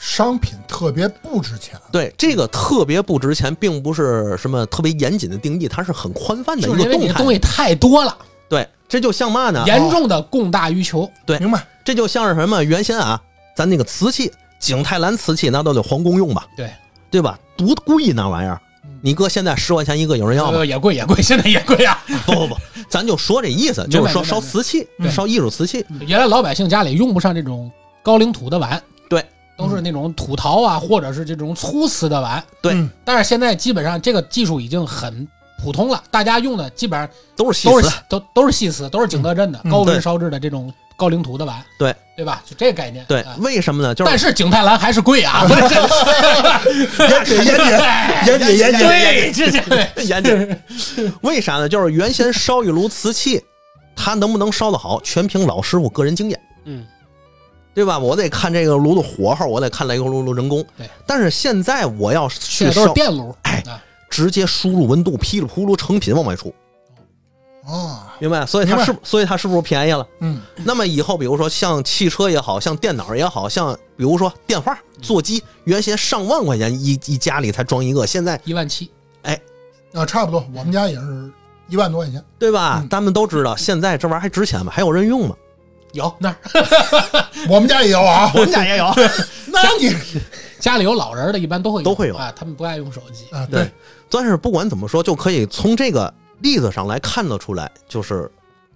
S2: 商品特别不值钱，
S1: 对，这个特别不值钱，并不是什么特别严谨的定义，它是很宽泛的
S3: 就
S1: 一
S3: 是
S1: 个
S3: 因为
S1: 动态啊
S3: 你的东。西太多了，
S1: 对，这就像嘛呢？
S3: 严重的供大于求。
S1: 对
S2: 明白？
S1: 这就像是什么？原先啊，咱那个瓷器，景泰蓝瓷器，那都得皇宫用吧，
S3: 对，
S1: 对吧？多贵那玩意儿，
S3: 嗯
S1: 你搁现在十块钱一个，有人要 吗？
S3: 呃也贵也贵，现在也贵啊。
S1: 不不不，咱就说这意思，
S3: 明白
S1: 就是说
S3: 明白嗯
S1: 烧瓷器
S3: 明，白
S1: 烧艺术瓷器，
S3: 原来老百姓家里用不上这种高岭土的碗，
S1: 对，
S3: 都是那种土陶啊，或者是这种粗瓷的碗。
S1: 对
S2: 嗯
S3: 但是现在基本上这个技术已经很普通了，大家用的基本上
S1: 都是细
S3: 都
S1: 瓷
S3: 是。都都是细瓷，都是景德镇的、
S2: 嗯
S3: 高温
S1: 对
S3: 烧制的这种高岭土的碗，
S1: 对
S3: 对吧？就这个概念。
S1: 对
S3: 啊，
S1: 为什么呢？就是
S3: 但是景泰蓝还是贵啊！我
S2: 严谨严谨
S3: 哎
S1: 严谨严谨
S3: 对，这这对
S1: 严谨，为啥呢？就是原先烧一炉瓷器，它能不能烧得好，全凭老师傅个人经验。
S3: 嗯，
S1: 对吧？我得看这个炉的火候，我得看这个炉的人工。
S3: 对，
S1: 但是现在我要
S3: 现
S1: 去
S3: 在都是
S1: 烧，
S3: 电炉，啊，
S1: 直接输入温度，噼里扑噜成品往外出，
S2: 啊，
S1: 明白？所以
S2: 明
S1: 它
S2: 白
S1: 是，所以它是不是便宜了？
S2: 嗯
S1: 那么以后，比如说像汽车也好像电脑也好像，比如说电话、
S3: 嗯
S1: 座机，原先上万块钱一一家里才装一个，现在
S3: 一万七，
S2: 啊，差不多，我们家也是一万多块钱，
S1: 对吧？
S2: 嗯
S1: 咱们都知道，现在这玩意儿还值钱吗？还有人用吗？
S3: 有那儿
S2: 我们家也有啊，
S1: 我们家也有，
S2: 那你
S3: 家里有老人的，一般都会
S1: 都会有
S3: 啊，他们不爱用手机。
S2: 啊对
S1: 对， 但是不管怎么说，就可以从这个例子上来看得出来，就是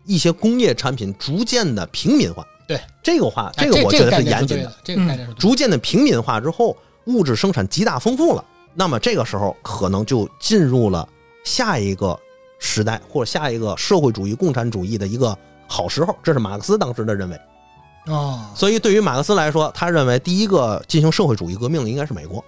S1: 一些工业产品逐渐的平民化。
S3: 对
S1: 这个话，
S3: 哎
S1: 个我觉
S3: 概
S1: 得是
S3: 念
S1: 严
S3: 对
S1: 谨的。
S3: 的，这个概念是对的。
S1: 逐渐的平民化之后，物质生产极大丰富了，那么这个时候可能就进入了下一个时代或者下一个社会主义共产主义的一个好时候。这是马克思当时的认为。
S2: 啊，
S1: 所以对于马克思来说，他认为第一个进行社会主义革命的应该是美国。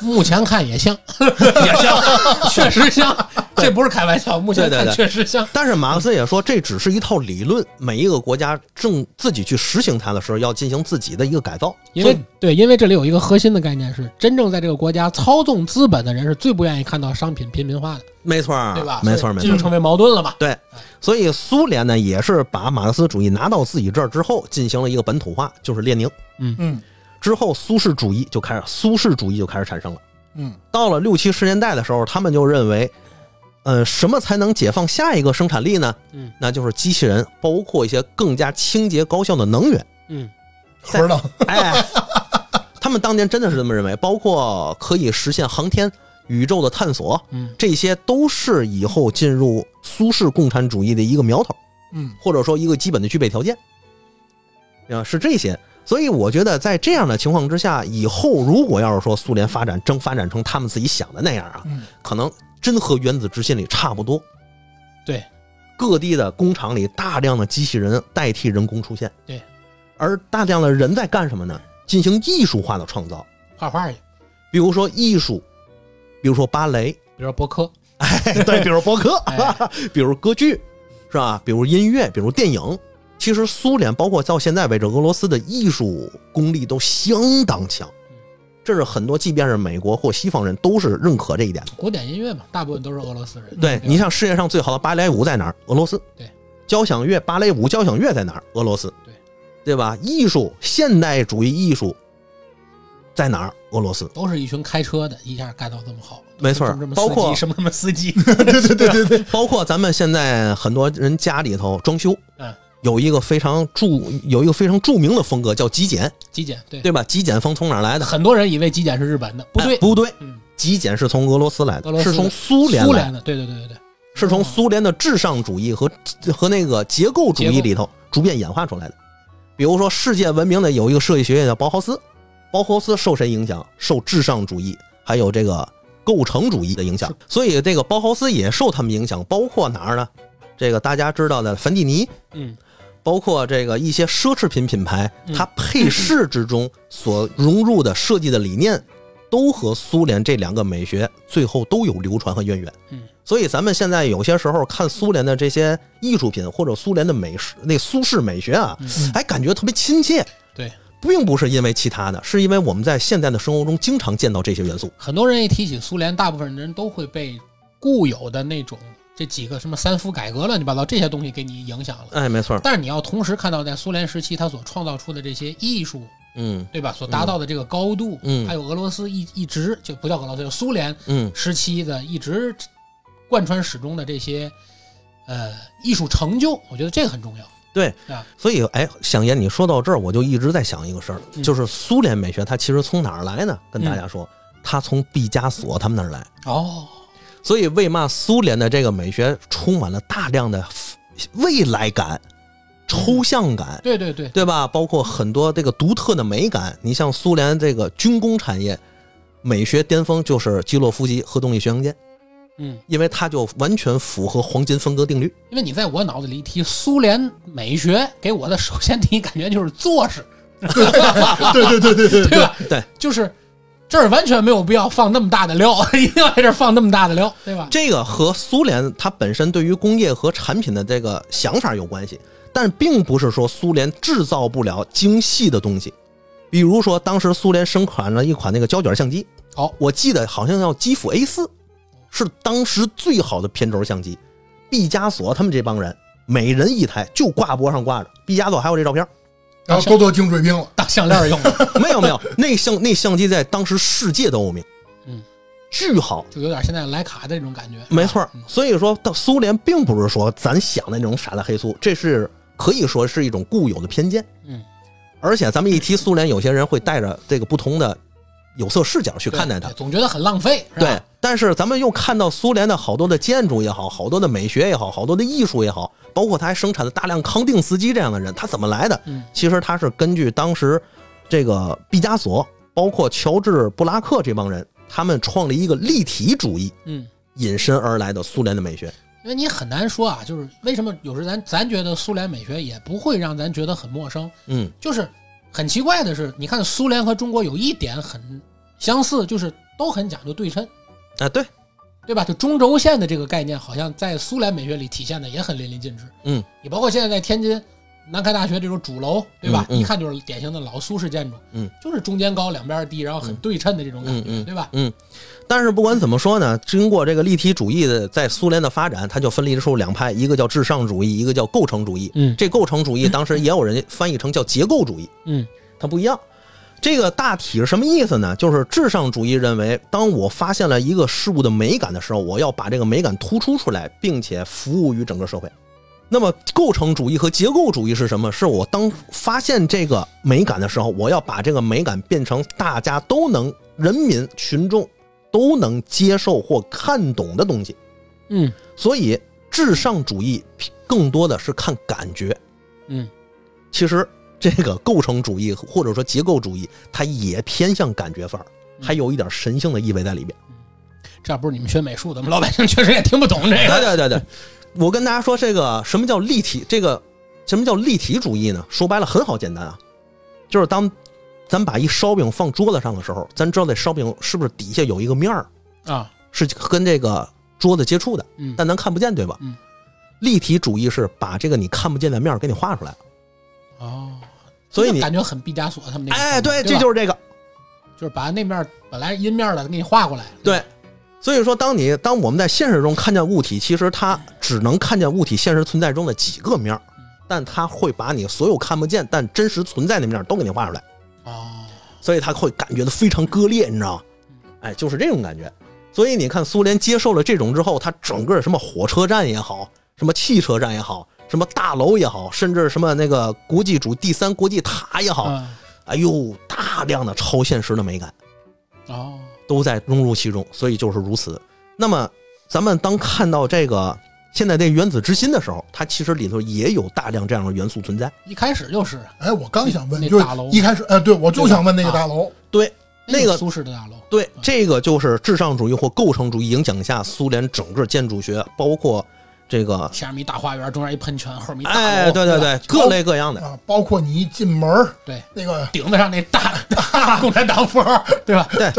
S3: 目前看也 像，也像， 确实像，这不是开玩笑。目前
S1: 对对对
S3: 看确实像，
S1: 但是马克思也说，这只是一套理论，每一个国家正自己去实行它的时候，要进行自己的一个改造。
S3: 因为
S1: 所以
S3: 对，因为这里有一个核心的概念是，真正在这个国家操纵资本的人是最不愿意看到商品平民化的，
S1: 没错儿，
S3: 对吧？
S1: 啊没
S3: 所
S1: 错
S3: 以
S1: 儿，没
S3: 这
S1: 错儿。
S3: 就成为矛盾了嘛。
S1: 对，所以苏联呢，也是把马克思主义拿到自己这儿之后，进行了一个本土化，就是列宁。
S2: 嗯
S1: 之后，苏式主义就开始，苏式主义就开始产生了。
S2: 嗯
S1: 到了六七十年代的时候，他们就认为，呃，什么才能解放下一个生产力呢？
S3: 嗯，
S1: 那就是机器人，包括一些更加清洁高效的能源。
S3: 嗯，
S2: 核能
S1: 哎，他们当年真的是这么认为，包括可以实现航天、宇宙的探索，
S3: 嗯，
S1: 这些都是以后进入苏式共产主义的一个苗头，
S2: 嗯
S1: 或者说一个基本的具备条件。啊，是这些。所以我觉得，在这样的情况之下，以后如果要是说苏联发展真发展成他们自己想的那样啊，
S2: 嗯
S1: 可能真和原子之心里差不多。
S3: 对，
S1: 各地的工厂里大量的机器人代替人工出现。
S3: 对，
S1: 而大量的人在干什么呢？进行艺术化的创造，
S3: 画画去，
S1: 比如说艺术，比如说芭蕾，
S3: 比如说博客，
S1: 对，比如播 客，
S3: 哎
S1: 比如歌剧，是吧？比如音乐，比如电影。其实苏联包括到现在为止，俄罗斯的艺术功力都相当强，这是很多即便是美国或西方人都是认可这一点的。
S3: 古典音 乐嘛，大部分都是俄罗斯人。
S1: 对
S3: 吧
S1: 你像世界上最好的芭蕾舞在哪儿？俄罗斯。
S3: 嗯对，
S1: 交响乐、芭蕾舞、交响乐在哪儿？俄罗斯。
S3: 对，
S1: 对吧？艺术，现代主义艺术在哪儿？俄罗斯。
S3: 都是一群开车的，一下干到这么好，
S1: 没错
S3: 什么什么
S1: 包括
S3: 司机什么什么司机，
S1: 包括咱们现在很多人家里头装修，
S3: 嗯，
S1: 有一个非常著有一个非常著名的风格叫极简，
S3: 极简对。
S1: 对吧？极简风从哪儿来的？
S3: 很多人以为极简是日本的，不对
S1: 哎，不对，
S3: 嗯，
S1: 极简是从俄罗斯来
S3: 俄罗
S1: 的，是
S3: 斯的
S1: 从苏联
S3: 苏
S1: 来的，
S3: 联的，对对对对对，
S1: 是从苏联的至上主义和和那个结构主义里头逐渐演化出来的。比如说，世界闻名的有一个设计学院叫包豪斯，包豪斯受谁影响？受至上主义还有这个构成主义的影响，所以这个包豪斯也受他们影响，包括哪儿呢？这个大家知道的凡蒂尼，
S3: 嗯，
S1: 包括这个一些奢侈品品牌，
S3: 嗯
S1: 它配饰之中所融入的设计的理念，都和苏联这两个美学最后都有流传和渊源。
S3: 嗯，
S1: 所以咱们现在有些时候看苏联的这些艺术品或者苏联的美食，那苏式美学啊，
S3: 嗯
S1: 哎，感觉特别亲切。
S3: 对，
S1: 并不是因为其他的，是因为我们在现代的生活中经常见到这些元素。
S3: 很多人一提起苏联，大部分人都会被固有的那种这几个什么三伏改革乱七八糟这些东西给你影响了。
S1: 哎，没错儿，
S3: 但是你要同时看到，在苏联时期，他所创造出的这些艺术，
S1: 嗯
S3: 对吧？所达到的这个高度，
S1: 嗯
S3: 还有俄罗斯一一直就不叫俄罗斯，就苏联
S1: 嗯
S3: 时期的一直贯穿始终的这些呃艺术成就，我觉得这个很重要。
S1: 对
S3: 啊，
S1: 所以哎，想爷，你说到这儿，我就一直在想一个事儿，
S3: 嗯
S1: 就是苏联美学它其实从哪儿来呢？跟大家说，它从毕加索他们那儿来。
S3: 哦，
S1: 所以为嘛苏联的这个美学充满了大量的未来感、抽象感，
S3: 对对对，
S1: 对吧？包括很多这个独特的美感。你像苏联这个军工产业，美学巅峰就是基洛夫级核动力巡洋舰，
S3: 嗯，
S1: 因为它就完全符合黄金分割定律。
S3: 因为你在我脑子里一提苏联美学，给我的首先第一感觉就是做事，
S2: 对对对对对
S3: 对吧？
S1: 对，
S3: 就是这儿完全没有必要放那么大的料， 一定要在这儿放那么大的料，对吧？
S1: 这个和苏联它本身对于工业和产品的这个想法有关系，但并不是说苏联制造不了精细的东西。比如说，当时苏联生产了一款那个胶卷相机，
S3: 好
S1: 我记得好像叫基辅 A 四，是当时最好的片轴相机。毕加索他们这帮人每人一台，就挂脖上挂着。毕加索还有这照片儿？
S2: 然后都做精锐兵了，
S3: 当项链用的，
S1: 没有没有，那相那相机在当时世界都有名，
S3: 嗯，
S1: 巨好。
S3: 就有点现在徕卡的那种感觉。啊
S1: 没错儿，所以说到苏联并不是说咱想的那种傻大黑粗，这是可以说是一种固有的偏见。
S3: 嗯，
S1: 而且咱们一提苏联，有些人会带着这个不同的有色视角去
S3: 对
S1: 看待它
S3: 对。总觉得很浪费，是吧啊
S1: 对，，但是咱们又看到苏联的好多的建筑也好，好多的美学也好，好多的艺术也好，包括他还生产了大量康定斯基这样的人，他怎么来的？
S3: 嗯
S1: 其实他是根据当时这个毕加索，包括乔治布拉克这帮人，他们创立一个立体主义
S3: 嗯，
S1: 引申而来的苏联的美学。
S3: 因为你很难说啊，就是为什么有时咱咱觉得苏联美学也不会让咱觉得很陌生，
S1: 嗯
S3: 就是很奇怪的是，你看苏联和中国有一点很相似，就是都很讲究对称，
S1: 啊，对，
S3: 对吧？就中轴线的这个概念，好像在苏联美学里体现的也很淋漓尽致。
S1: 嗯，
S3: 你包括现在在天津南开大学这种主楼，对吧？
S1: 嗯嗯
S3: 一看就是典型的老苏式建筑，
S1: 嗯，
S3: 就是中间高两边低，然后很对称的这种感觉，
S1: 嗯嗯
S3: 对吧？
S1: 嗯，但是不管怎么说呢，经过这个立体主义的在苏联的发展，它就分离出两派，一个叫至上主义，一个叫构成主义。
S3: 嗯
S1: 这构成主义当时也有人翻译成叫结构主义，
S3: 嗯
S1: 它不一样。这个大体是什么意思呢？就是至上主义认为，当我发现了一个事物的美感的时候，我要把这个美感突出出来，并且服务于整个社会。那么构成主义和结构主义是什么？是我当发现这个美感的时候，我要把这个美感变成大家都能、人民群众都能接受或看懂的东西。
S3: 嗯
S1: 所以，至上主义更多的是看感觉。
S3: 嗯，
S1: 其实这个构成主义或者说结构主义，它也偏向感觉范儿，
S3: 嗯
S1: 还有一点神性的意味在里边。
S3: 这不是你们学美术的吗？老百姓确实也听不懂这个。
S1: 对对对对，我跟大家说，这个什么叫立体？这个什么叫立体主义呢？说白了，很好简单啊，就是当咱把一烧饼放桌子上的时候，咱知道这烧饼是不是底下有一个面儿
S3: 啊，
S1: 是跟这个桌子接触的，
S3: 嗯
S1: 但咱看不见，对吧？
S3: 嗯
S1: 立体主义是把这个你看不见的面儿给你画出来了，
S3: 哦，
S1: 所以
S3: 这
S1: 你
S3: 感觉很毕加索他们那个风格，
S1: 哎，对，这
S3: 吧
S1: 就是这个。
S3: 就是把那面本来阴面的给你画过来，
S1: 对，所以说，当你当我们在现实中看见物体，其实它只能看见物体现实存在中的几个面儿，但它会把你所有看不见但真实存在的面儿都给你画出来，
S3: 哦，
S1: 所以它会感觉的非常割裂，你知道吗？哎，就是这种感觉。所以你看，苏联接受了这种之后，它整个什么火车站也好，什么汽车站也好，什么大楼也好，甚至什么那个国际主第三国际塔也好，
S3: 嗯，
S1: 哎呦，大量的超现实的美感。
S3: 哦，
S1: 都在融入其中，所以就是如此。那么，咱们当看到这个现在这原子之心的时候，它其实里头也有大量这样的元素存在。
S3: 一开始就是
S2: 哎，我刚想问，
S3: 那
S2: 就是
S3: 大楼
S2: 一开始，哎，对我就想问那个大楼，
S1: 对，那个
S3: 哎苏式的大楼，
S1: 对，这个就是至上主义或构成主义影响下，苏联整个建筑学，包括这个，
S3: 下面一大花园，中间一喷泉，后面一嗯大楼，
S1: 哎，对
S3: 对
S1: 对对
S3: 吧，
S1: 各类各样的。
S2: 啊，包括你一进门儿
S3: 对，
S2: 那个
S3: 顶子上那 大大共产党符号，对吧？
S2: 对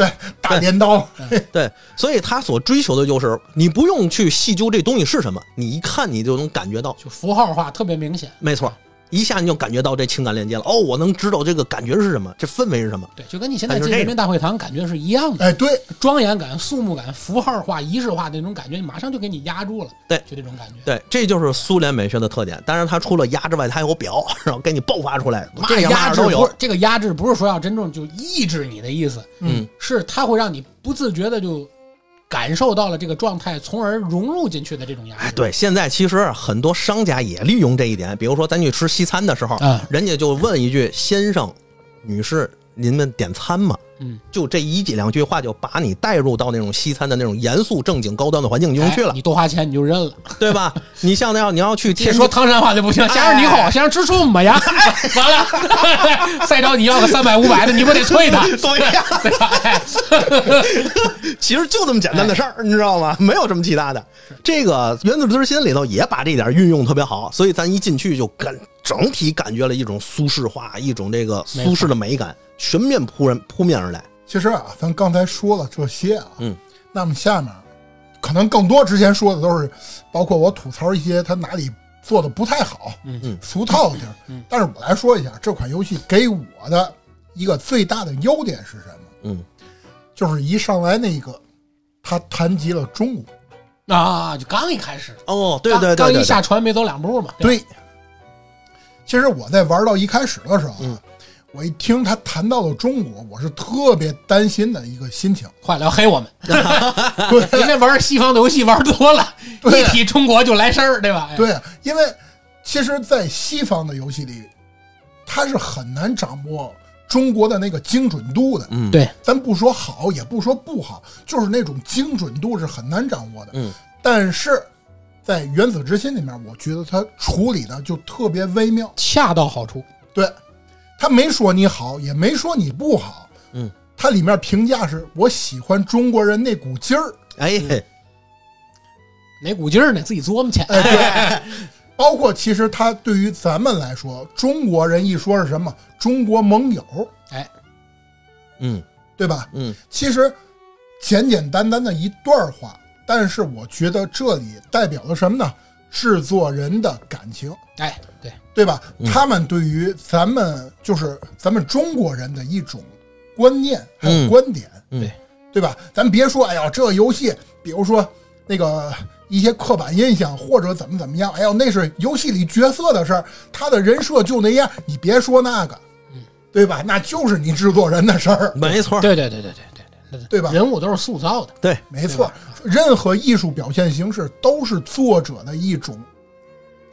S2: 大镰刀，
S1: 对，所以他所追求的就是，你不用去细究这东西是什么，你一看你就能感觉到，
S3: 就符号化特别明显，
S1: 没错，一下你就感觉到这情感链接了。哦，我能知道这个感觉是什么，这氛围是什么。
S3: 对，就跟你现
S1: 哎
S3: 在
S1: 就
S3: 进
S1: 这
S3: 人
S1: 种
S3: 民大会堂感觉是一样的，
S2: 哎，对，
S3: 庄严感、肃穆感、符号化、仪式化的那种感觉，你马上就给你压住了，
S1: 对
S3: 就这种感觉。
S1: 对，这就是苏联美学的特点。当然，它除了压之外，它还有表， 然后给你爆发出来，嘛
S3: 这个
S1: 样嘛
S3: 压
S1: 样
S3: 制
S1: 都
S3: 不
S1: 有
S3: 是。这个压制，不是说要真正就抑制你的意思，
S1: 嗯，
S3: 是它会让你不自觉的就感受到了这个状态，从而融入进去的这种压
S1: 哎，
S3: 制。
S1: 对，现在其实很多商家也利用这一点，比如说咱去吃西餐的时候，
S3: 啊
S1: 人家就问一句：“先生、女士，您们点餐吗？”
S3: 嗯，
S1: 就这一几两句话，就把你带入到那种西餐的那种严肃、正经、高端的环境中去
S3: 哎
S1: 了，
S3: 你多花钱你就认了。
S1: 对吧？你像那样，你要去
S3: 你
S1: 天津
S3: 说唐山话就不行，先生你
S1: 哎
S3: 好，先生吃醋没呀？ 完了，再找你要个三百五百的，你不得催他？
S1: 对呀、
S3: 对吧？哎
S1: 其实就这么简单的事儿，你知道吗？没有什么其他的。这个《原子之心》里头也把这点运用特别好，所以咱一进去就感整体感觉了一种苏式化，一种这个苏式的美感，全面扑人扑面而来。
S2: 其实啊，咱刚才说了这些啊，
S1: 嗯，
S2: 那么下面可能更多之前说的都是，包括我吐槽一些它哪里做的不太好，
S3: 嗯
S1: 嗯
S2: 俗套的地儿。
S3: 嗯
S2: 但是我来说一下这款游戏给我的一个最大的优点是什么？
S1: 嗯，
S2: 就是一上来那个，它谈及了中国，
S3: 啊，就刚一开始，
S1: 哦，对
S3: 刚
S1: 对对
S3: 刚
S1: 对
S3: 一下船没走两步嘛。吧，
S2: 对。其实我在玩到一开始的时候啊，
S1: 嗯
S2: 我一听他谈到了中国，我是特别担心的一个心情。
S3: 快了要黑 我们，
S2: 对，
S3: 人家玩西方的游戏玩 多了，
S2: 对
S3: 一提中国就来事儿，对吧？哎，
S1: 啊
S2: 对，因为其实，在西方的游戏里，它是很难掌握中国的那个精准度的。
S1: 嗯，
S3: 对
S2: 咱不说好，也不说不好，就是那种精准度是很难掌握的。
S1: 嗯，
S2: 但是在原子之心里面，我觉得它处理的就特别微妙。
S3: 恰到好处。
S2: 对，他没说你好，也没说你不好。
S1: 嗯，
S2: 它里面评价是我喜欢中国人那股劲儿。
S1: 哎，
S3: 哪股劲儿呢？自己琢磨去。
S2: 哎，对，包括其实他对于咱们来说，中国人一说是什么？中国盟友，
S3: 哎，
S1: 嗯
S2: 对吧？
S1: 嗯，
S2: 其实简简单单的一段话，但是我觉得这里代表了什么呢？制作人的感情，
S3: 哎，对，
S2: 对吧？
S1: 嗯
S2: 他们对于咱们就是咱们中国人的一种观念还有
S1: 嗯
S2: 观点，
S1: 对
S2: 对吧？咱别说，哎呦，这游戏，比如说那个一些刻板印象或者怎么怎么样，哎呦，那是游戏里角色的事儿，他的人设就那样，你别说那个，
S3: 嗯
S2: 对吧？那就是你制作人的事儿，
S1: 没错，
S3: 对对对对对对对对
S2: 对吧
S3: 嗯人物都是塑造的，
S1: 对，
S2: 没错。任何艺术表现形式都是作者的一种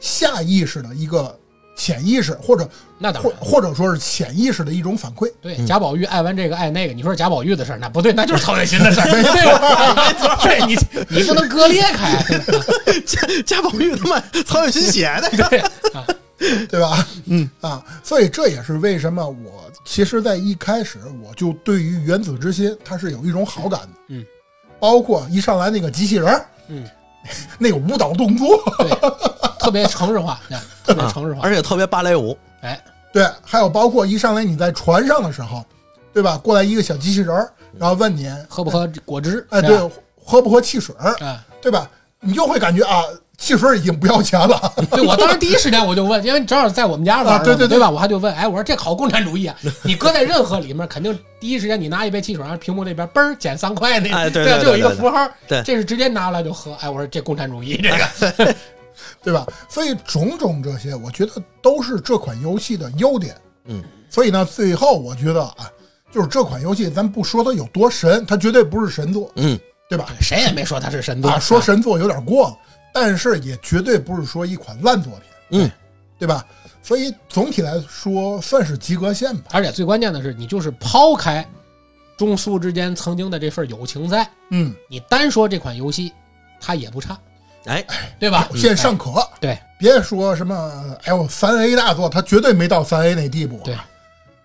S2: 下意识的一个潜意识，或者
S3: 那当
S2: 或
S3: 然。
S2: 或者说是潜意识的一种反馈。
S3: 对，贾宝玉爱玩这个爱那个，你说是贾宝玉的事儿，那不对，那就是曹雪芹的事儿，对吧？没错，对你你不能割裂开，
S1: 贾贾宝玉他妈曹雪芹写的，
S3: 对啊，
S2: 对吧？嗯 啊，所以这也是为什么我其实，在一开始我就对于原子之心它是有一种好感的，
S3: 嗯，
S2: 包括一上来那个机器人儿，
S3: 嗯，
S2: 那个舞蹈动 作，
S3: 对，特别城市化，啊特别城市化，
S1: 嗯而且特别芭蕾舞，
S3: 哎，
S2: 对，还有包括一上来你在船上的时候，对吧？过来一个小机器人儿，然后问你，
S3: 喝不喝果汁？
S2: 哎，
S3: 是吧
S2: 对，喝不喝汽水儿，
S3: 啊，
S2: 对吧？你就会感觉啊，汽水儿已经不要钱 了，
S3: 对我当时第一时间我就问，因为你正好在我们家玩儿
S2: 啊
S3: 嘛，
S2: 对对
S3: 对
S2: 对
S3: 吧？我还就问，哎，我说这好共产主义啊！你搁在任何里面，肯定第一时间你拿一杯汽水，然后屏幕那边嘣儿减三块那个，
S1: 哎对
S3: 吧
S1: 对对
S3: 就有一个
S1: 对对
S3: 符号，
S1: 对
S3: 这是直接拿过来就喝。哎，我说这共产主义这个，
S2: 对吧？所以种种这些，我觉得都是这款游戏的优点。
S1: 嗯，
S2: 所以呢，最后我觉得啊，就是这款游戏，咱不说它有多神，它绝对不是神作，
S1: 嗯，
S2: 对吧？
S3: 谁也没说他是神作
S2: 啊，说神作有点过了，但是也绝对不是说一款烂作品，
S1: 嗯，
S2: 对吧？所以总体来说算是及格线吧。
S3: 而且最关键的是，你就是抛开中苏之间曾经的这份友情在，
S2: 嗯，
S3: 你单说这款游戏，它也不差，
S1: 哎，
S3: 对吧？嗯
S2: 表现尚啊可。
S3: 对
S2: 别说什么，哎呦，三 A 大作，它绝对没到三 A 那地步、啊，
S3: 对，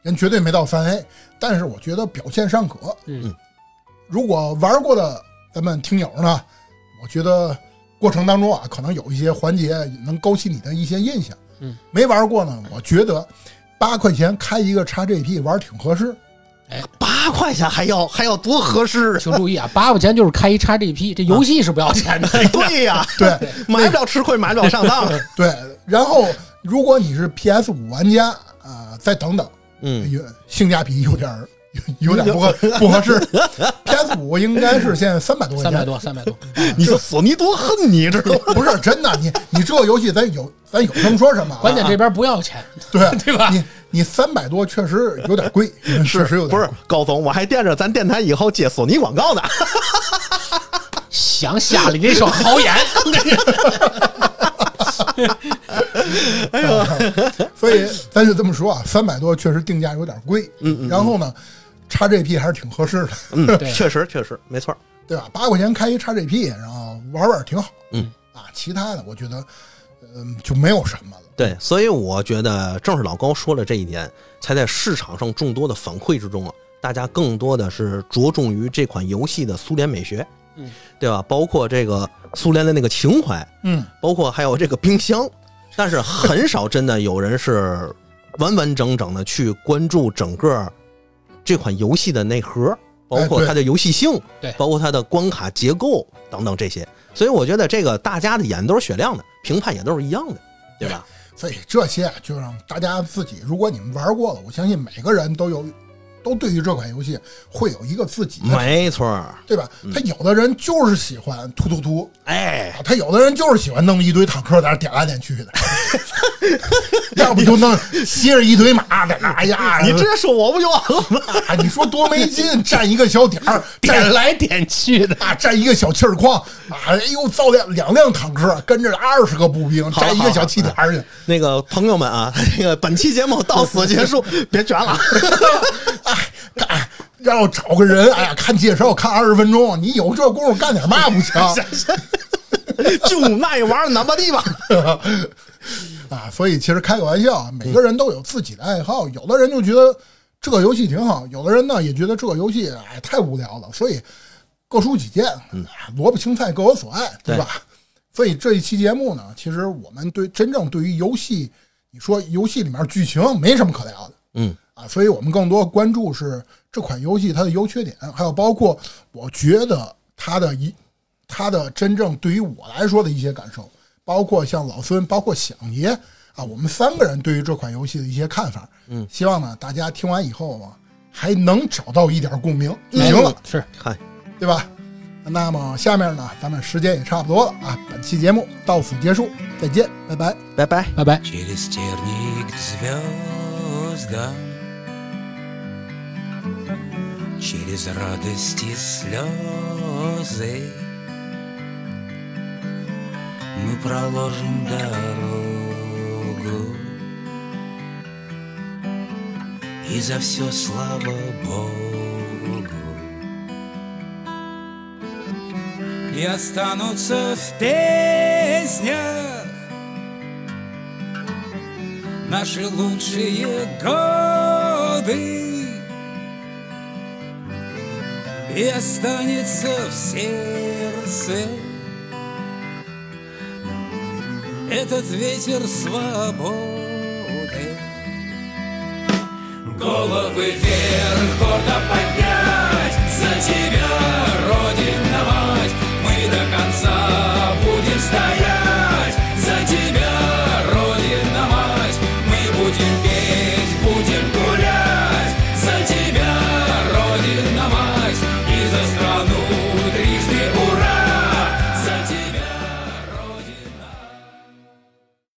S2: 人绝对没到三 A，但是我觉得表现尚可。
S3: 嗯，
S2: 如果玩过的咱们听友呢，我觉得过程当中啊，可能有一些环节能勾起你的一些印象。
S3: 嗯，
S2: 没玩过呢，我觉得八块钱开一个 XGP 玩挺合适。
S1: 八块钱还要还要多合适？
S3: 请注意啊，八块钱就是开一 XGP，这游
S1: 啊
S3: 戏是不要钱的。
S1: 对呀、
S2: 对
S1: 买不了吃亏，买不了上当。
S2: 对，然后如果你是 PS 五玩家啊、再等等，
S1: 嗯，
S2: 有性价比有点儿有有点不合 不合适。PS 五应该是现在三百多块
S3: 三
S2: 钱
S3: 百，多，三百多，
S1: 你说索尼多恨你知道吗？
S2: 不是真的。你你这个游戏咱有咱有什么说什么啊、
S3: 关键这边不要钱，
S2: 对
S3: 对吧
S2: 你你三百多确实有点贵，确实有 点
S1: 不是高总，我还惦着咱电台以后接索尼广告呢。
S3: 想瞎了你那手好眼，
S2: 啊所以咱就这么说啊，三百多确实定价有点贵。嗯嗯。然后呢，x GP 还是挺合适的，
S1: 嗯，
S3: 对
S1: 确实确实没错儿。
S2: 对吧？八块钱开一 x GP，然后玩玩挺好。
S1: 嗯。
S2: 啊，其他的我觉得，嗯、就没有什么了。
S1: 对，所以我觉得正是老高说了这一点，才在市场上众多的反馈之中啊，大家更多的是着重于这款游戏的苏联美学，
S3: 嗯，
S1: 对吧？包括这个苏联的那个情怀，
S2: 嗯，
S1: 包括还有这个冰箱，但是很少真的有人是完完整整的去关注整个这款游戏的内核，包括它的游戏性，
S3: 对
S1: 包括它的关卡结构等等这些。所以我觉得这个大家的眼都是雪亮的，评判也都是一样的，对吧？
S2: 所以这些啊就让大家自己，如果你们玩过了，我相信每个人都有，都对于这款游戏会有一个自己 的，
S1: 没错儿，
S2: 对吧？他有的人就是喜欢突突突，
S1: 嗯哎，
S2: 啊他有的人就是喜欢弄一堆坦克在那点来点去的， 要不就弄骑着一堆马在那哎呀，
S1: 你直接说我不就完了 吗？
S2: 啊你说多没劲，占一个小点儿，占
S1: 哎
S3: 点来点去的。
S2: 啊占一个小气儿矿啊，哎呦造两两辆坦克，跟着二十个步兵
S1: 好了
S2: 占一个小气点儿去，
S1: 那个朋友们啊， 那个本期节目到此结束，别卷了。
S2: 哎干。然后找个人，哎呀，看介绍，看二十分钟，你有这功夫干点嘛不行
S1: 就那玩意儿难不地吧？
S2: 啊？所以其实开个玩笑啊，每个人都有自己的爱好，有的人就觉得这个游戏挺好，有的人呢也觉得这个游戏哎太无聊了，所以各抒己见，啊萝卜青菜各有所爱，对吧？所以这一期节目呢，其实我们对真正对于游戏，你说游戏里面剧情没什么可聊的，
S1: 嗯
S2: 啊，所以我们更多关注是这款游戏它的优缺点，还有包括我觉得它的一它的真正对于我来说的一些感受，包括像老孙，包括响爷啊，我们三个人对于这款游戏的一些看法。嗯，希望呢大家听完以后啊，还能找到一点共鸣
S3: 嗯
S2: 就行了，
S3: 是，
S1: 看，
S2: 对吧？那么下面呢，咱们时间也差不多了啊，本期节目到此结束，再见，拜拜。
S1: 拜拜。
S3: 拜拜。
S4: Через тернии к звездам Через радости слезы Мы проложим дорогу И за все слава Богу И останутся в песнях наши лучшие годы И останется в сердце Этот ветер свободы Головы вверх, гордо поднять